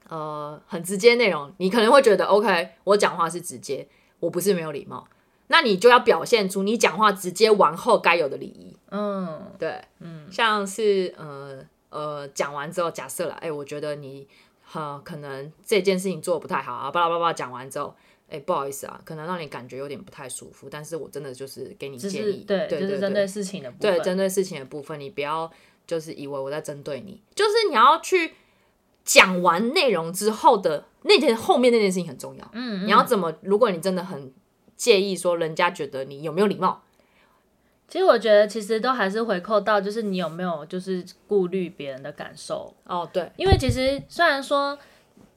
A: 呃，很直接内容，你可能会觉得 OK，我讲话是直接，我不是没有礼貌，那你就要表现出你讲话直接完后该有的礼仪。
B: 嗯
A: 对，嗯，像是呃呃，讲完之后，假设了，哎、我觉得你呃可能这件事情做的不太好啊，巴拉巴拉巴拉讲完之后。哎、不好意思啊，可能让你感觉有点不太舒服，但是我真的就是给你
B: 就
A: 建
B: 是
A: 议，
B: 对，
A: 对
B: 就是
A: 对
B: 针对事情的部分。
A: 对，针对事情的部分，你不要就是以为我在针对你，就是你要去讲完内容之后的那件后面那件事情很重要。
B: 嗯，
A: 你要怎么？如果你真的很介意说人家觉得你有没有礼貌，
B: 其实我觉得，其实都还是回扣到，就是你有没有就是顾虑别人的感受，
A: 哦，对，
B: 因为其实虽然说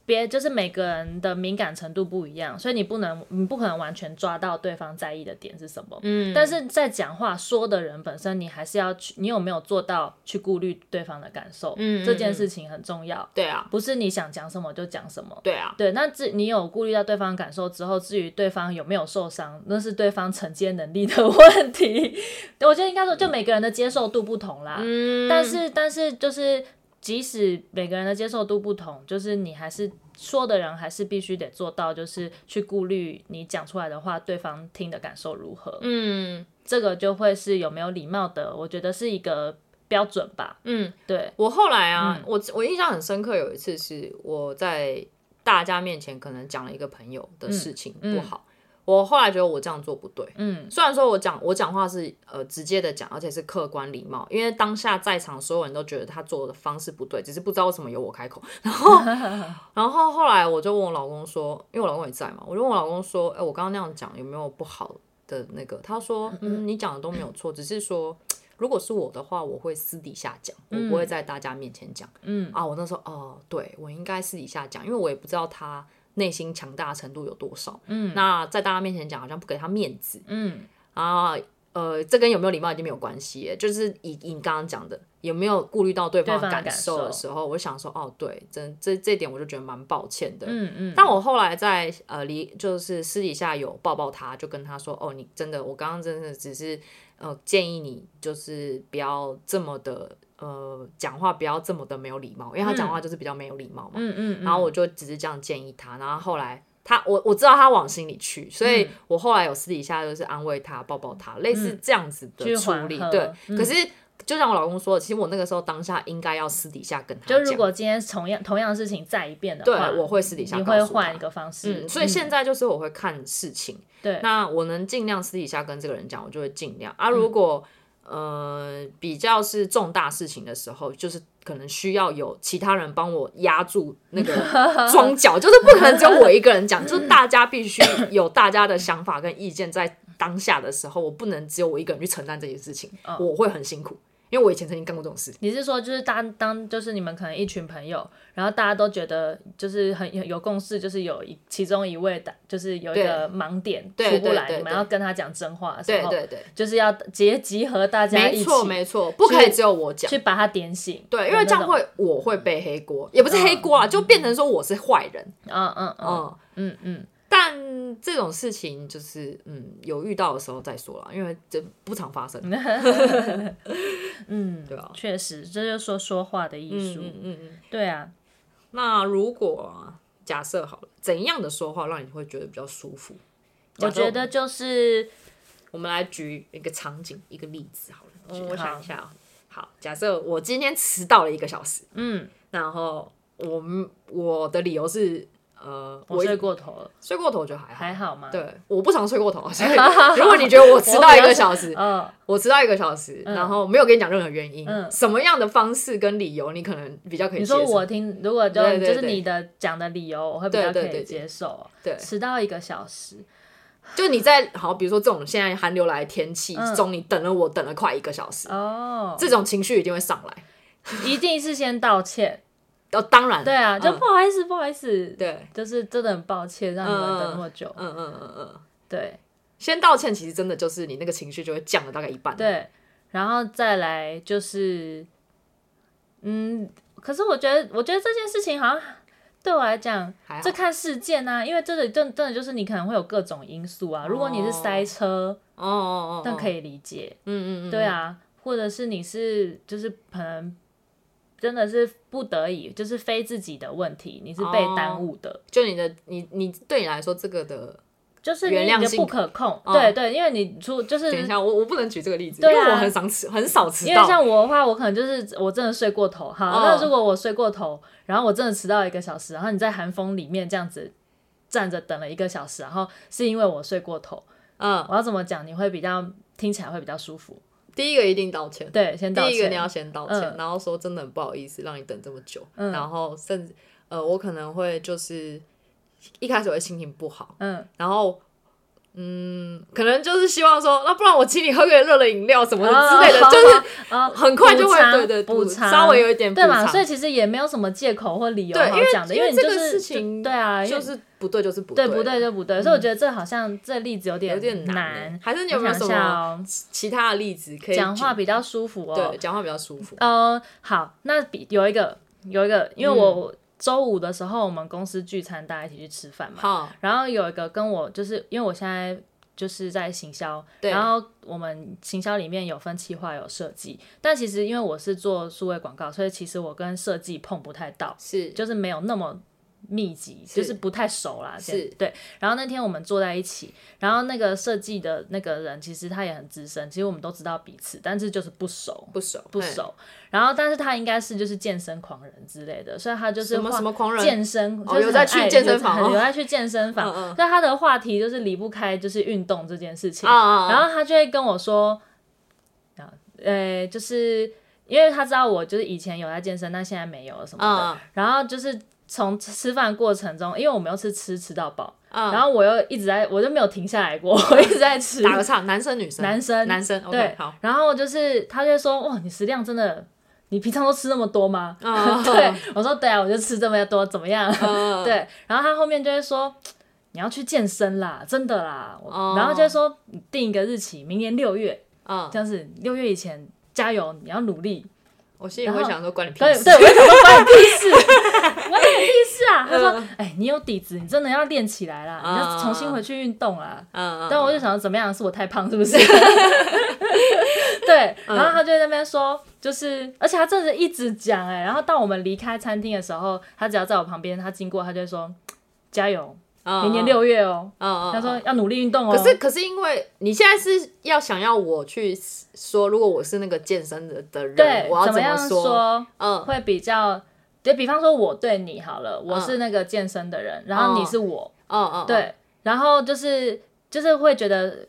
B: 别就是每个人的敏感程度不一样，所以你不能你不可能完全抓到对方在意的点是什么，
A: 嗯
B: 但是在讲话说的人本身，你还是要去，你有没有做到去顾虑对方的感受，
A: 嗯嗯
B: 这件事情很重要，
A: 对啊，
B: 不是你想讲什么就讲什么，
A: 对啊，
B: 对，那至你有顾虑到对方的感受之后，至于对方有没有受伤，那是对方承接能力的 问题。对我觉得应该说，就每个人的接受度不同啦。
A: 嗯
B: 但是，但是就是，即使每个人的接受度不同，就是你还是说的人还是必须得做到，就是去顾虑你讲出来的话，对方听的感受如何。
A: 嗯
B: 这个就会是有没有礼貌的，我觉得是一个标准吧。
A: 嗯，
B: 对，
A: 我后来啊，
B: 嗯
A: 我我印象很深刻，有一次是我在大家面前可能讲了一个朋友的事情
B: 嗯
A: 不好，我后来觉得我这样做不对，
B: 嗯，
A: 虽然说我讲我讲话是呃直接的讲，而且是客观礼貌，因为当下在场所有人都觉得他做的方式不对，只是不知道为什么由我开口。 然后， 然后后来我就问我老公说，因为我老公也在嘛，我就问我老公说，哎、我刚刚那样讲有没有不好的那个？他说，嗯，你讲的都没有错，只是说。如果是我的话，我会私底下讲，我不会在大家面前讲。
B: 嗯
A: 啊，我那时候哦，对我应该私底下讲，因为我也不知道他内心强大的程度有多少。
B: 嗯
A: 那在大家面前讲，好像不给他面子。
B: 嗯
A: 啊，呃，这跟有没有礼貌已经没有关系耶，就是以以你刚刚讲的，有没有顾虑到对方
B: 对方的
A: 感受
B: 感
A: 的
B: 受
A: 时候，我就想说，哦，对，真这这点我就觉得蛮抱歉的。
B: 嗯嗯，
A: 但我后来在呃离就是私底下有抱抱他，就跟他说，哦，你真的，我刚刚真的只是呃建议你就是不要这么的呃讲话不要这么的没有礼貌，因为他讲话就是比较没有礼貌嘛。
B: 嗯嗯，
A: 然后我就只是这样建议他，然后后来他我我知道他往心里去，所
B: 嗯
A: 以我后来有私底下就是安慰他、抱抱他，类似这样子
B: 去
A: 的处
B: 缓
A: 理。
B: 和
A: 对，
B: 嗯
A: 可是就像我老公说的，其实我那个时候当下应该要私底下跟他
B: 就
A: 讲，
B: 如果今天同样同样的事情再一遍的
A: 对
B: 话，
A: 我会私底下
B: 你
A: 告
B: 会
A: 诉他
B: 换一个方式，
A: 嗯，所以现在就是我会看事情，
B: 对
A: 那我能尽量私底下跟这个人讲，我就会尽量啊。如果、呃比较是重大事情的时候，就是可能需要有其他人帮我压住那 个庄脚，就是不可能只有我一个人讲，就是大家必须有大家的想法跟意见在当下的时候，我不能只有我一个人去承担这件事情，我会很辛苦，因为我以前曾经干过这种事。
B: 你是说，就是当当就是你们可能一群朋友，然后大家都觉得就是很有有共识，就是有一其中一位的，就是有一个盲点
A: 对
B: 出不来，
A: 对对
B: 你们
A: 对
B: 要跟他讲真话的时
A: 对
B: 候，
A: 对对，
B: 就是要结集合大家一
A: 没
B: 起
A: 错没错，不可以只有我讲。
B: 去把他点醒。
A: 对，因为这样会我会背黑锅，也不是
B: 嗯
A: 黑锅啊，就变成说我是坏人。
B: 有那种，嗯嗯
A: 嗯，
B: 嗯嗯
A: 但这种事情就是嗯，有遇到的时候再说啦，因为这不常发生。
B: 嗯，
A: 对啊
B: 确实，这就是说说话的艺术。
A: 嗯嗯。
B: 对啊，
A: 那如果啊假设好了，怎样的说话让你会觉得比较舒服？
B: 我
A: 假设
B: 觉得就是
A: 我们来举一个场景，一个例子好了。
B: 举
A: 我想
B: 好
A: 一下啊、好，假设我今天迟到了一个小时，
B: 嗯，
A: 然后我们我的理由是呃，
B: 我
A: 一
B: 睡过头了，
A: 睡过头就还好。
B: 还好吗？，
A: 对，我不常睡过头，啊 所以如果你觉得我迟到一个小时，
B: 嗯
A: 我迟到一个小时，然后没有跟你讲任何原因，
B: 嗯
A: 什么样的方式跟理由你可能比较可以
B: 你
A: 接受？
B: 说我听，如果就
A: 对对
B: 就是
A: 对
B: 你的讲的理由，我会比较
A: 对对
B: 可
A: 对对
B: 以接受。哦
A: 对
B: 迟到一个小时，
A: 就你在好，比如说这种现在寒流来的天气
B: 嗯
A: 中，你等了我等了快一个小时，
B: 哦，
A: 这种情绪一定会上来。
B: 一定是先道歉。
A: 哦，当然，
B: 对啊，就
A: 嗯
B: 不好意思，不好意思，
A: 对，
B: 就是真的很抱歉让你们等那么久。
A: 嗯嗯嗯嗯嗯，
B: 对
A: 先道歉，其实真的就是你那个情绪就会降了大概一半。，
B: 对，然后再来就是，嗯，可是我觉得，我觉得这件事情好像对我来讲
A: 还好，
B: 这看事件啊，因为这里真真的就是你可能会有各种因素啊。如果你是塞车，
A: 哦哦哦，
B: 那可
A: 以，
B: 以理解。
A: 嗯嗯嗯，
B: 对啊，或者是你是就是可能真的是不得已，就是非自己的问题，你是被耽误的，
A: 就你的你你对你来说这个的，
B: 嗯就是你
A: 原谅
B: 你的
A: 性
B: 不可控。
A: 哦
B: 对对，因为你出就是
A: 等一下，我我不能举这个例子，因
B: 对啊
A: 为我很少迟很少迟
B: 因为
A: 到。
B: 像我的话，我可能就是我真的睡过头。好，
A: 哦
B: 那如果我睡过头，然后我真的迟到一个小时，然后你在寒风里面这样子站着等了一个小时，然后是因为我睡过头，
A: 嗯，
B: 我要怎么讲你会比较听起来会比较舒服？
A: 第一个一定道歉。
B: 对，先道
A: 第一个
B: 歉
A: 你。要先道歉，
B: 嗯
A: 然后说真的很不好意思让你等这么久，
B: 嗯
A: 然后甚至呃，我可能会就是一开始我会心情不好，
B: 嗯，
A: 然后嗯，可能就是希望说，那不然我请你喝个热的饮料什么的之 类的，
B: 哦
A: 就是
B: 啊，
A: 很快就
B: 补
A: 会
B: 偿
A: 对对
B: 补
A: 补
B: 偿
A: 稍微有一点
B: 对
A: 补
B: 嘛，
A: 偿
B: 所以其实也没有什么借口或理由
A: 对
B: 好
A: 因为
B: 讲的，因
A: 因为
B: 你
A: 这
B: 就
A: 个
B: 是
A: 事情
B: 就对啊，因为
A: 就是不对就是不
B: 对
A: 对，嗯
B: 不对就不对，所以我觉得这好像这例子有点
A: 有点难
B: 难
A: 欸，。还是你
B: 你
A: 有没有什
B: 想一下
A: 么
B: 哦，
A: 其他的例子可以
B: 讲话
A: 举
B: 比较舒服哦
A: 对，讲话比较舒服？
B: 呃，好，那比有一个有一个，因为
A: 嗯
B: 我周五的时候我们公司聚餐，大家一起去吃饭嘛，
A: 好，
B: 然后有一个跟我就是因为我现在。就是在行销，
A: 对
B: 然后我们行销里面有分企划有设计，但其实因为我是做数位广告，所以其实我跟设计碰不太到。
A: 是
B: 就是没有那么密集，
A: 是
B: 就是不太熟啦。
A: 是
B: 对。然后那天我们坐在一起，然后那个设计的那个人其实他也很资深，其实我们都知道彼此，但是就是不熟，
A: 不熟
B: 不
A: 嘿
B: 熟。然后，但是他应该是就是健身狂人之类的，所以他就是
A: 什么
B: 画
A: 什么狂人
B: 健身，
A: 哦
B: 就是
A: 有在
B: 很
A: 去
B: 爱
A: 健身房
B: 有在
A: 哦
B: 有在去健身房，
A: 嗯嗯
B: 所以他的话题就是离不开就是运动这件事情。
A: 啊啊啊
B: 然后他就会跟我说，啊，呃，就是因为他知道我就是以前有在健身，但现在没有了什么的。
A: 啊
B: 然后就是从吃饭过程中，因为我们又是吃吃到饱，
A: 啊！
B: 然后我又一直在，我就没有停下来过，我一直在吃。
A: 打个岔，男生女生，
B: 男生
A: 男生，OK，
B: 对
A: 好，
B: 然后就是他就会说，哇，你食量真的，你平常都吃那么多吗？
A: 啊
B: 对，我说对啊，我就吃这么多，怎么样？
A: 呃，
B: 对，然后他后面就会说。你要去健身啦，真的啦。我
A: 哦
B: 然后就会说你定一个日期，明年六月，
A: 嗯，
B: 这样子六月以前加油，你要努力。
A: 我心里会想说关你屁
B: 对
A: 事，
B: 对，我也想说关你屁事， 关你屁事啊！他
A: 嗯
B: 说，哎、你有底子，你真的要练起来啦，你要重新回去运动啦。
A: 啊嗯，嗯
B: 但我就想，怎么样？是我太胖是不是？ 对，
A: 嗯
B: 然后他就在那边说，就是，而且他真的一直讲哎、然后到我们离开餐厅的时候，他只要在我旁边，他经过，他就会说加油，
A: 嗯
B: 明年，六月哦、
A: 嗯嗯，
B: 他
A: 嗯
B: 说要努力运动哦、
A: 可是，可是因为你现在是要想要我去说，如果我是那个健身的的人，
B: 对，
A: 我要
B: 怎么
A: 么
B: 样说？
A: 嗯
B: 会比较，就比方说我对你好了，我
A: 嗯
B: 是那个健身的人，然后你是我，
A: 嗯嗯，
B: 对，然后就是就是会觉得，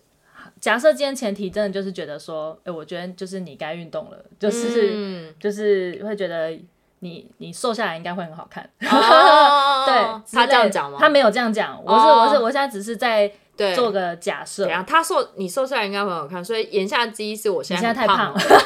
B: 假设今天前提真的就是觉得说，哎、我觉得就是你该运动了，就
A: 嗯，
B: 是、
A: 嗯
B: 就是会觉得你你瘦下来应该会很好看，
A: 哦
B: 对，之
A: 他这
B: 类
A: 样
B: 的
A: 讲吗？
B: 他没有这样讲，我是、
A: 哦
B: 我是我现在只是在
A: 对，
B: 做个假设
A: 怎，样？他瘦，你瘦下来应该很好看，所以言下之意是我
B: 你
A: 现
B: 现在太
A: 很胖
B: 胖了
A: 了，，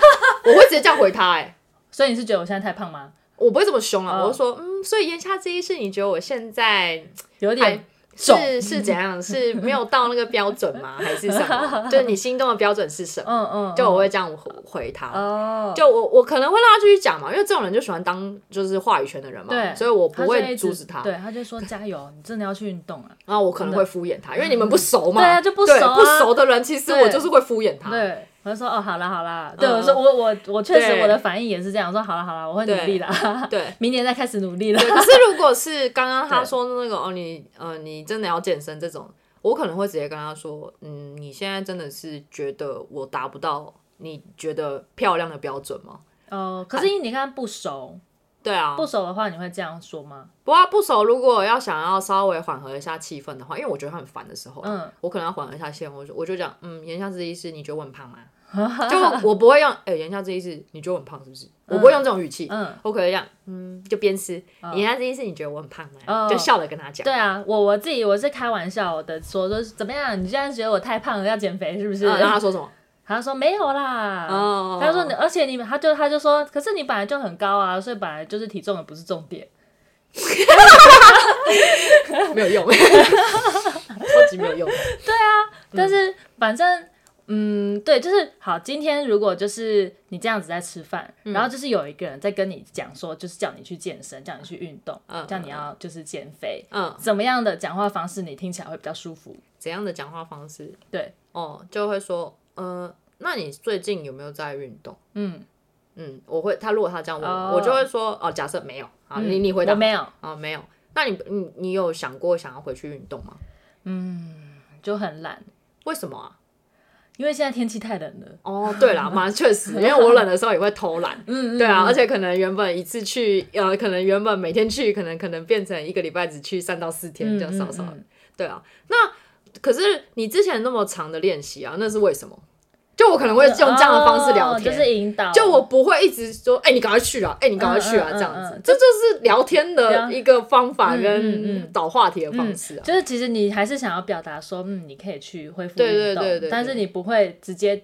A: 我会直接这样回他，哎，
B: 所以你是觉得我现在太胖吗？
A: 我不会这么凶啊，
B: 哦
A: 我会说，嗯，所以言下之意是你觉得我现在
B: 有
A: 还
B: 点重，
A: 是是怎样？是没有到那个标准吗？还是什 么？就你心中的标准是什么？
B: 嗯嗯，
A: 就我
B: 嗯
A: 会这样回回他，
B: 哦，
A: 就我我可能会让他继续讲嘛，因为这种人就喜欢当就是话语权的人嘛，
B: 对
A: 所以我不
B: 他就
A: 会
B: 一直
A: 阻止他，哦
B: 对，他就说加油，你真的要去运动啊。
A: 然后我可能会敷衍他，因为你们不熟嘛，
B: 对啊就不
A: 不
B: 熟啊
A: 熟的人其实
B: 对
A: 我就是会敷衍他，
B: 对，我就说哦，好啦好啦，对我
A: 嗯
B: 说我我我确实
A: 对
B: 我的反应也是这样，我说好啦好啦，我会努力啦，
A: 对
B: 明年再开始努力啦。
A: 对 可是如果是刚刚他
B: 对
A: 说那个哦，你呃你真的要健身这种，我可能会直接跟他说，嗯，你现在真的是觉得我达不到你觉得漂亮的标准吗？
B: 哦，可是因为你看不熟，
A: 对啊，
B: 不熟的话你会这样说吗？
A: 不过不熟，如果要想要稍微缓和一下气氛的话，因为我觉得他很烦的时候，
B: 嗯，
A: 我可能要缓和一下气氛，我就我就讲，嗯，言下之意是你觉得我很胖 吗？就我不会用，哎、言下之意是你觉得我很胖是不是？我不会用这种语气，
B: 嗯，
A: 我可能讲，嗯，就鞭尸，言下之意是你觉得我很胖吗？
B: 哦
A: 就笑着跟他讲，
B: 对啊，我我自己我是开玩笑的说说怎么样，你现在觉得我太胖了要减肥是不是？
A: 嗯然后他说什么？
B: 他说没有啦。
A: 哦，
B: 他说 你，而且你，他就他就说，可是你本来就很高啊，所以本来就是体重也不是重点。
A: 没有用， 超级没有用，嗯
B: 但是反正，嗯，对，就是好。今天如果就是你这样子在吃饭，然
A: 嗯
B: 后就是有一个人在跟你讲说，就是叫你去健身，叫你去运动，
A: 嗯
B: 叫你要就是减肥，
A: 嗯，
B: 怎么样的讲话方式你听起来会比较舒服？
A: 怎样的讲话方式？
B: 对，
A: 哦，就会说，呃，那你最近有没有在运动？
B: 嗯，
A: 嗯，我会他如果他这样问我，
B: 哦
A: 我就会说哦，假设没有啊，
B: 嗯
A: 你你回答
B: 我没有，
A: 啊、没有，那你你你有想过想要回去运动吗？
B: 就很懒，
A: 为什么啊？
B: 因为现在天气太冷了。
A: 哦，对啦，嘛确实，因为我冷的时候也会偷懒，
B: 嗯，
A: 对啊，而且可能原本一次去，呃，可能原本每天去，可能可能变成一个礼拜只去三到四天，
B: 嗯
A: 这样少少的，
B: 嗯
A: 对啊。那可是你之前那么长的练习啊，那是为什么？就我可能会用这样的方式聊
B: 哦就
A: 天，
B: 是引导，
A: 就我不会一直说，哎、你赶快去啊，哎、你赶快去啊，
B: 嗯嗯嗯
A: 这样子，
B: 嗯
A: 这就是聊天
B: 对
A: 的
B: 啊
A: 一个方法
B: 嗯嗯
A: 跟
B: 嗯
A: 导话题的方式啊。
B: 就是其实你还是想要表达说，嗯，你可以去恢复
A: 对对
B: 运动，
A: 对对对
B: 但是你不会直接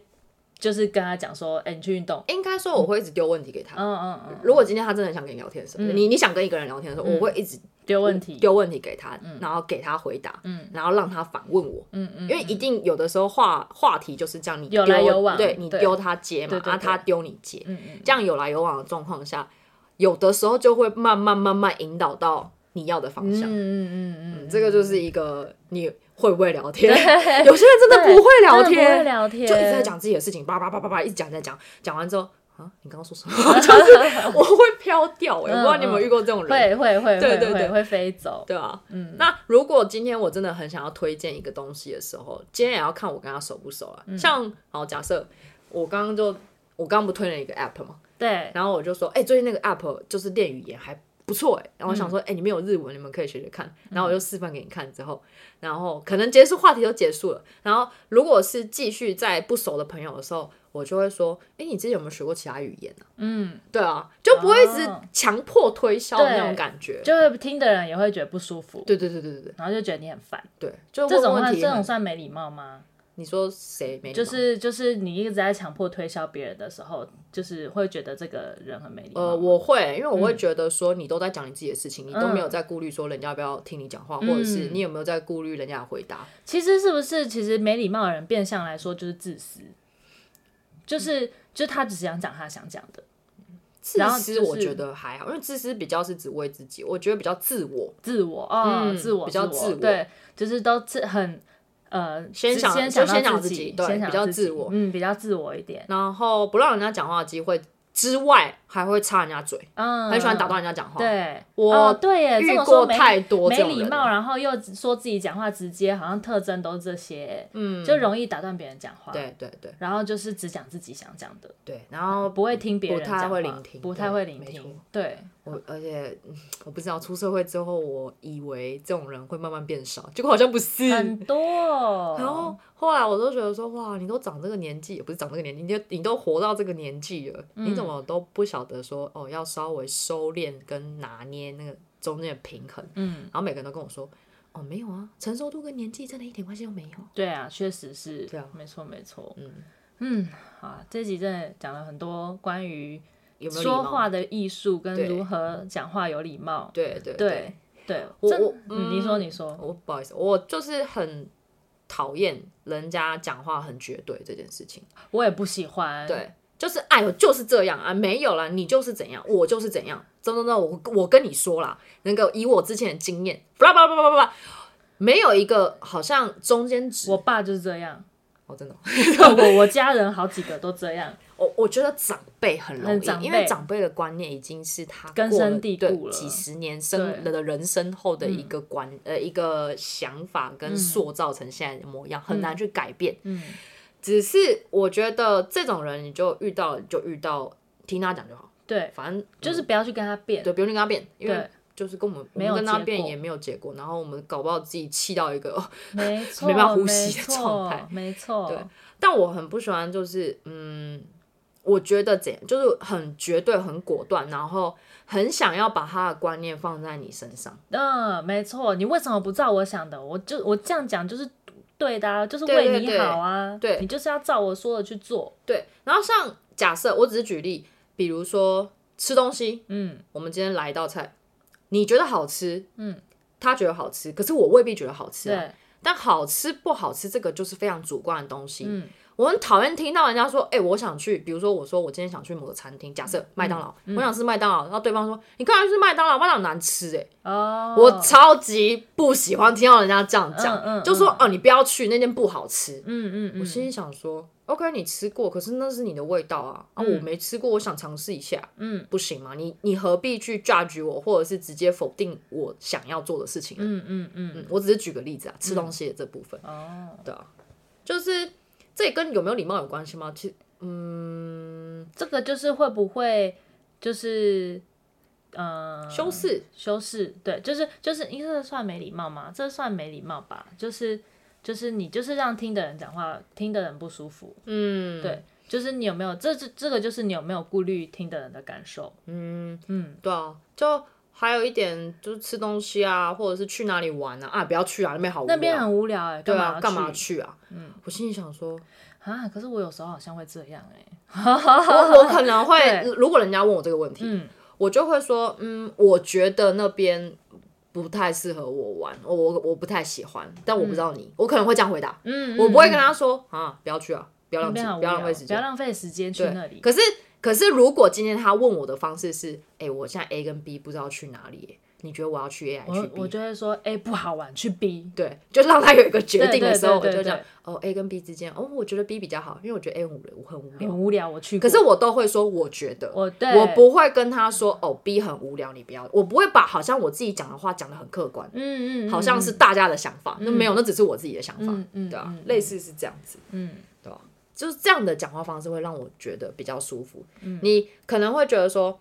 B: 就是跟他讲说，哎、你去运动，
A: 应该说我会一直丢问题给他。
B: 嗯嗯嗯，
A: 如果今天他真的很想跟你聊天的时候，
B: 嗯
A: 你你想跟一个人聊天的时候，我会一直
B: 丢问题，
A: 丢问题给他，然后给他回答，
B: 嗯
A: 然后让他反问我。
B: 嗯
A: 因
B: 嗯，
A: 为一定有的时候话话题就是这样，你
B: 有
A: 丢
B: 来有往
A: 对你
B: 对
A: 丢他接嘛
B: 对，对
A: 然后
B: 对
A: 他丢你接，
B: 嗯嗯，
A: 这样有来有往的状况下，有的时候就会慢慢慢慢引导到你要的方向。
B: 嗯嗯嗯嗯，
A: 这个就是一个你会不会聊 天？有些人真的不会聊
B: 真的不会
A: 天，
B: 聊天，
A: 就一直在，讲自己的事情，叭叭叭叭叭，一直讲在讲，讲完之后。啊，你刚刚说什么？ 就是我会飘掉、欸，我不知道你有没有遇过这种人。
B: 会会会
A: 对
B: 会
A: 对对
B: 会会飞走。
A: 对啊，嗯，那如果今天我真的很想要推荐一个东西的时候，今天也要看我跟他熟不熟啊。
B: 嗯
A: 像好，假设我刚刚就我刚刚不推了一个 app 嘛，
B: 对，
A: 然后我就说，哎、最近那个 app 就是练语言还不错哎、然后我想说，
B: 嗯
A: 哎、里面有日文，你们可以学学看。然后我就示范给你看之后，然后可能结束话题就结束了。然后如果是继续在不熟的朋友的时候，我就会说，哎、你之前有没有学过其他语言啊？
B: 嗯，
A: 对啊，就不会一直
B: 哦
A: 强迫推销的那种
B: 对
A: 感觉。
B: 就会听的人也会觉得不舒服，
A: 对对对对对对
B: 然后就觉得你很烦。
A: 对，就
B: 这
A: 问
B: 种
A: 问
B: 算
A: 题
B: 这种
A: 很。
B: 算没礼貌吗？
A: 你说谁没礼貌？
B: 就是就是你一直在强迫推销别人的时候，就是会觉得这个人很没礼貌。
A: 呃，我会，因为我会觉得说你都在讲你自己的事情，你都
B: 嗯
A: 没有在顾虑说人家要不要听你讲话，或者是你有没有在顾虑人家的回答。
B: 其实是不是其实没礼貌的人变相来说就是自私，就是就他只想讲他想讲的，
A: 自
B: 然后
A: 私
B: 就是
A: 我觉得还好，因为自私比较是只为自己，我觉得比较自我，
B: 自我啊、
A: 嗯
B: 自我
A: 比较
B: 自
A: 自我
B: 对，就是都自很呃
A: 先
B: 只
A: 想
B: 先
A: 就先
B: 到
A: 想自己
B: 己，
A: 对
B: 先想
A: 比较
B: 到
A: 自
B: 自己
A: 我
B: 嗯，比较自我一点，
A: 然后不让人家讲话的机会之外，还会插人家嘴，
B: 嗯，
A: 很喜欢打断人家讲话。
B: 对，
A: 我
B: 哦对耶，这
A: 遇
B: 么
A: 过
B: 说没
A: 太多这
B: 没
A: 种
B: 礼
A: 人
B: 貌，
A: 了，
B: 然后又说自己讲话直接，好像特征都是这些，嗯，就容易打断别人讲话，，
A: 对对对
B: 然后就是只讲自己想讲的，
A: 对，然后。
B: 不会听别人
A: 不太
B: 讲
A: 会
B: 话
A: 聆听
B: 不
A: 对
B: 太会聆
A: 没错
B: 听，对，
A: 我而且嗯我不知道出社会之后，我以为这种人会慢慢变少，结果好像不是。
B: 很多，
A: 然后后来我都觉得说，哇，你都长这个年纪，也不是长这个年纪，你就你都活到这个年纪了，
B: 嗯
A: 你怎么都不晓得说，哦，要稍微收敛跟拿捏那个中间的平衡。
B: 嗯，
A: 然后每个人都跟我说，哦，没有啊，成熟度跟年纪真的一点关系都没有。
B: 对啊，确实是，
A: 对啊
B: 没错没错，
A: 嗯
B: 嗯，好，这集真的讲了很多关于
A: 有没有礼
B: 说
A: 貌？
B: 话的艺术跟
A: 对
B: 如何讲话有礼貌，
A: 对对
B: 对对，
A: 我
B: 真
A: 我
B: 嗯，你说你说，
A: 我不好意思，我就是很讨厌人家讲话很绝对这件事情。
B: 我也不喜欢，
A: 对，就是哎呦，就是这样啊，没有啦，你就是怎样，我就是怎样，真真真，我我跟你说啦，那个以我之前的经验，不啦不啦不啦不啦，没有一个好像中间值，
B: 我爸就是这 样。
A: 哦，真的哦，哦
B: 我我家人好几个都这样，
A: 我我觉得长辈很容
B: 很长
A: 易，
B: 辈
A: 因为长辈的观念已经是他
B: 根
A: 过
B: 深
A: 了
B: 蒂
A: 对
B: 固了
A: 几十年生的人生后的一个观、
B: 嗯
A: 呃一个想法跟塑造成现在的模样，很难去改变。
B: 嗯，
A: 只是我觉得这种人，你就遇到了你就遇到，听他讲就好，
B: 对，
A: 反正
B: 就是不要去跟他
A: 嗯
B: 辩，
A: 对，不用去跟他辩，因为
B: 对，
A: 就是跟我们我
B: 没有
A: 们跟他
B: 结
A: 辩
B: 果
A: 也没有结果，然后我们搞不好自己气到一个。 哦
B: 没错，
A: 没办法呼吸的状态
B: 没错，
A: 对但我很不喜欢，就是嗯，我觉得怎样，就是很绝对、很果断，然后很想要把他的观念放在你身上。
B: 嗯，没错，你为什么不照我想的？我就我这样讲就是对的、啊，就是
A: 对
B: 为
A: 对
B: 你
A: 对
B: 好啊，
A: 对
B: 你就是要照我说的去做，
A: 对，然后像假设，我只是举例，比如说吃东西，
B: 嗯，
A: 我们今天来一道菜，你觉得好吃，嗯，他觉得好吃，可是我未必觉得好吃、啊。
B: 对，
A: 但好吃不好吃，这个就是非常主观的东西。
B: 嗯
A: 我很讨厌听到人家说，哎、我想去，比如说我说我今天想去某个餐厅，假
B: 嗯
A: 设麦当劳，我想吃麦当劳，然后对方说你干嘛去麦当劳？麦当劳难吃哎、
B: 哦，
A: 我超级不喜欢听到人家这样讲，
B: 嗯嗯
A: 就说哦你不要去那间不好吃。
B: 嗯嗯
A: 我
B: 嗯，
A: 心里想说，OK，你吃过，可是那是你的味道啊，啊，我没吃过，我想尝试一下，
B: 嗯，
A: 不行吗？你你何必去 judge 我，或者是直接否定我想要做的事情呢？
B: 嗯嗯嗯，
A: 嗯，我只是举个例子啊，吃东西的这部分，
B: 哦，
A: 对啊，就是这也跟有没有礼貌有关系吗？其
B: 嗯
A: 实
B: 这个就是会不会就是。嗯，
A: 修饰，
B: 修饰，对，就是就是，因为这算没礼貌吗？这算没礼貌吧？就是就是你就是让听的人讲话，听的人不舒服，
A: 嗯，
B: 对，就是你有没有这这这个就是你有没有顾虑听的人的感受？
A: 嗯，
B: 嗯，
A: 对啊，就还有一点就是吃东西啊，或者是去哪里玩啊，啊，不要去啊，那边好无聊，
B: 那边很无聊哎、
A: 对
B: 干
A: 啊，
B: 嘛
A: 干嘛
B: 去
A: 去啊？嗯，我心里想说，
B: 啊？可是我有时候好像会这样哎、
A: 我我可能会，
B: 嗯对
A: 如果人家问我这个问题，
B: 嗯
A: 我就会说，嗯，我觉得那边不太适合我玩，我我我不太喜欢，但我不知道你，我可能会这样回答，
B: 嗯，
A: 我不会跟
B: 他
A: 他说啊，不要去啊，不要
B: 那
A: 浪费，
B: 边好无
A: 不
B: 聊
A: 要浪费时
B: 不要
A: 间。
B: 浪费时间去
A: 对
B: 那里。
A: 可是可是如果今天他问我的方式是，哎、我现在 A 跟 B 不知道去哪里、你觉得我要去 A 还是去
B: 我
A: B？
B: 我就会说 A 不好玩，去 B。
A: 对，就让他有一个决定的时候，我
B: 对对对
A: 就讲
B: 对对
A: 哦，A 跟 B 之间，哦，我觉得 B 比较好，因为我觉得 A 很无我很无
B: 很
A: 聊。
B: 无聊，我去过。
A: 可是我都会说，我觉得，
B: 我对
A: 我不会跟他说哦，B 很无聊，你不要，我不会把好像我自己讲的话讲的很客观，
B: 嗯嗯，嗯
A: 好像是大家的想法，那、没有，那只是我自己的想法，
B: 嗯嗯
A: 对啊
B: 嗯，
A: 类似是这样子，
B: 嗯，
A: 对啊，就是这样的讲话方式会让我觉得比较舒服。
B: 嗯
A: 你可能会觉得说，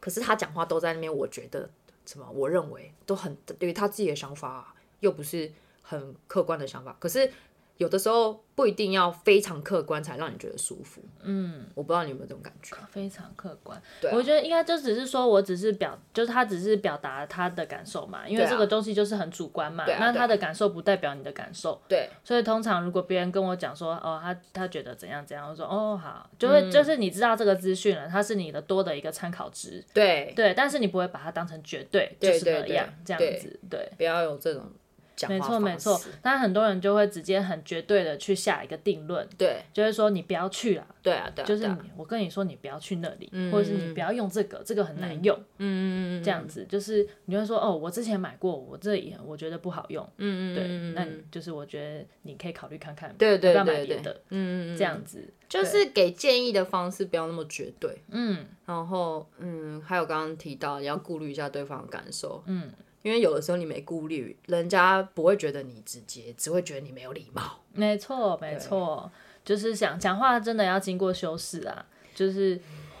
A: 可是他讲话都在那边，我觉得什么，我认为都很对于他自己的想法、又不是很客观的想法，可是。有的时候不一定要非常客观才让你觉得舒服，嗯，我不知道你有没有这种感觉，
B: 嗯非常客观。
A: 对啊
B: 我觉得应该就只是说，我只是表，就是他只是表达他的感受嘛，因为
A: 对啊
B: 这个东西就是很主观嘛。
A: 对啊
B: 那
A: 对啊
B: 他的感受不代表你的感受，
A: 对，
B: 所以通常如果别人跟我讲说，哦，他他觉得怎样怎样，我说哦好，就
A: 嗯
B: 会、就是你知道这个资讯了，它是你的多的一个参考值，
A: 对，
B: 对，但是你不会把它当成绝对，
A: 对
B: 就是
A: 对
B: 那
A: 对
B: 样这
A: 对
B: 样子，对。
A: 不要有这种讲话
B: 没错，没
A: 方
B: 错
A: 式。
B: 但很多人就会直接很绝对的去下一个定论，
A: 对
B: 就会说你不要去啦，
A: 对啊，对啊，
B: 就是
A: 对
B: 你
A: 啊，
B: 我跟你说你不要去那里，或者是你不要用这个，这个很难用，
A: 嗯嗯嗯嗯
B: 这样子就是你就会说哦，我之前买过，我这也我觉得不好用，
A: 嗯嗯，
B: 对，
A: 嗯
B: 那你就是我觉得你可以考虑看看，
A: 对对
B: 要不要买
A: 对
B: 别
A: 对，
B: 的，
A: 嗯嗯嗯，
B: 这样子，
A: 就是给建议的方式不要那么绝对，
B: 嗯
A: 然后嗯，还有刚刚提到你要顾虑一下对方的感受，
B: 嗯
A: 因为有的时候你没顾虑，人家不会觉得你直接，只会觉得你没有礼貌。
B: 没错没错，就是想讲话真的要经过修饰啊，就是。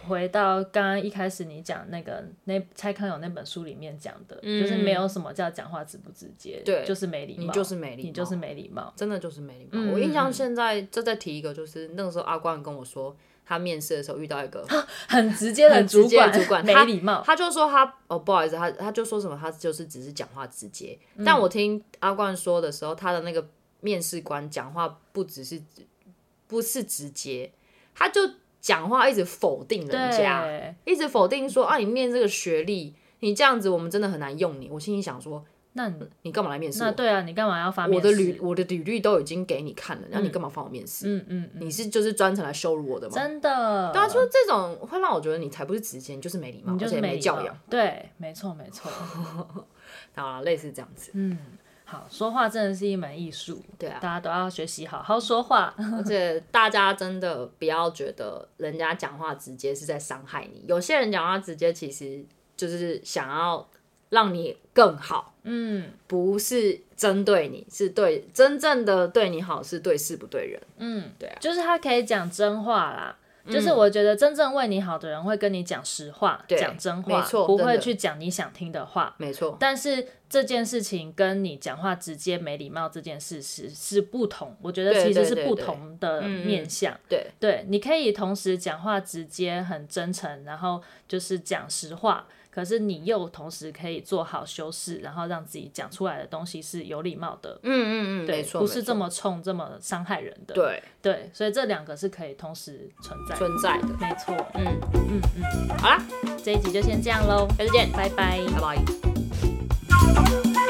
B: 回到刚刚一开始你讲那个那蔡康永那本书里面讲的，就是没有什么叫讲话直不直接，
A: 嗯对
B: 就是没礼貌，
A: 你就是没礼貌
B: 你就是没礼貌，
A: 真的就是没礼貌。
B: 嗯
A: 我印象现在就再提一个，就是那个时候阿关跟我说，他面试的时候遇到一个
B: 很直接的
A: 很
B: 主
A: 直接的
B: 管，
A: 主管
B: 没
A: 他
B: 礼貌，
A: 他就说他哦，不好意思，他他就说什么，他就是只是讲话直接。
B: 嗯
A: 但我听阿冠说的时候，他的那个面试官讲话不只是不是直接，他就讲话一直否定人家，
B: 对，
A: 一直否定说啊，你念这个学历，你这样子我们真的很难用你。我心里想说，
B: 那你
A: 你干嘛来面试
B: 那
A: 我？
B: 对啊，你干嘛要发
A: 我
B: 面
A: 的
B: 试？
A: 履我的履历都已经给你看了，那你干嘛放我面试？
B: 嗯嗯嗯，
A: 你是就是专程来羞辱我的吗？
B: 真的，
A: 对啊，就是这种会让我觉得你才不是直接，你就是没礼貌，
B: 你就
A: 而且
B: 是
A: 没
B: 没
A: 教养。，
B: 对，没错没错，
A: 啊，类似这样子。
B: 嗯，好，说话真的是一门艺术，
A: 对啊
B: 大家都要学习好好说话，
A: 而且大家真的不要觉得人家讲话直接是在伤害你，有些人讲话直接其实就是想要让你更好，
B: 嗯
A: 不是针对你，是对真正的对你好，是对事不对人。
B: 嗯，
A: 对啊嗯
B: 就是他可以讲真话啦。就是我觉得真正为你好的人会跟你讲实话，
A: 对
B: 讲真话，
A: 没错
B: 不
A: 真
B: 会
A: 的
B: 去讲你想听的话。
A: 没错，
B: 但是这件事情跟你讲话直接没礼貌这件事是是不同，我觉得
A: 对
B: 其实
A: 对
B: 是
A: 对
B: 不
A: 对嗯
B: 同的面向。
A: 对
B: 对，你可以同时讲话直接、很真诚，然后就是讲实话，可是你又同时可以做好修饰，然后让自己讲出来的东西是有礼貌的，
A: 嗯嗯嗯，
B: 对，
A: 没错，
B: 不是这
A: 没
B: 么冲、这么伤害人的。
A: 错对
B: 对，所以这两个是可以同时存在的。
A: 存在的。
B: 没错，
A: 嗯，
B: 嗯嗯，
A: 好啦，
B: 这一集就先这样喽，
A: 下次见，
B: 拜拜
A: 拜拜。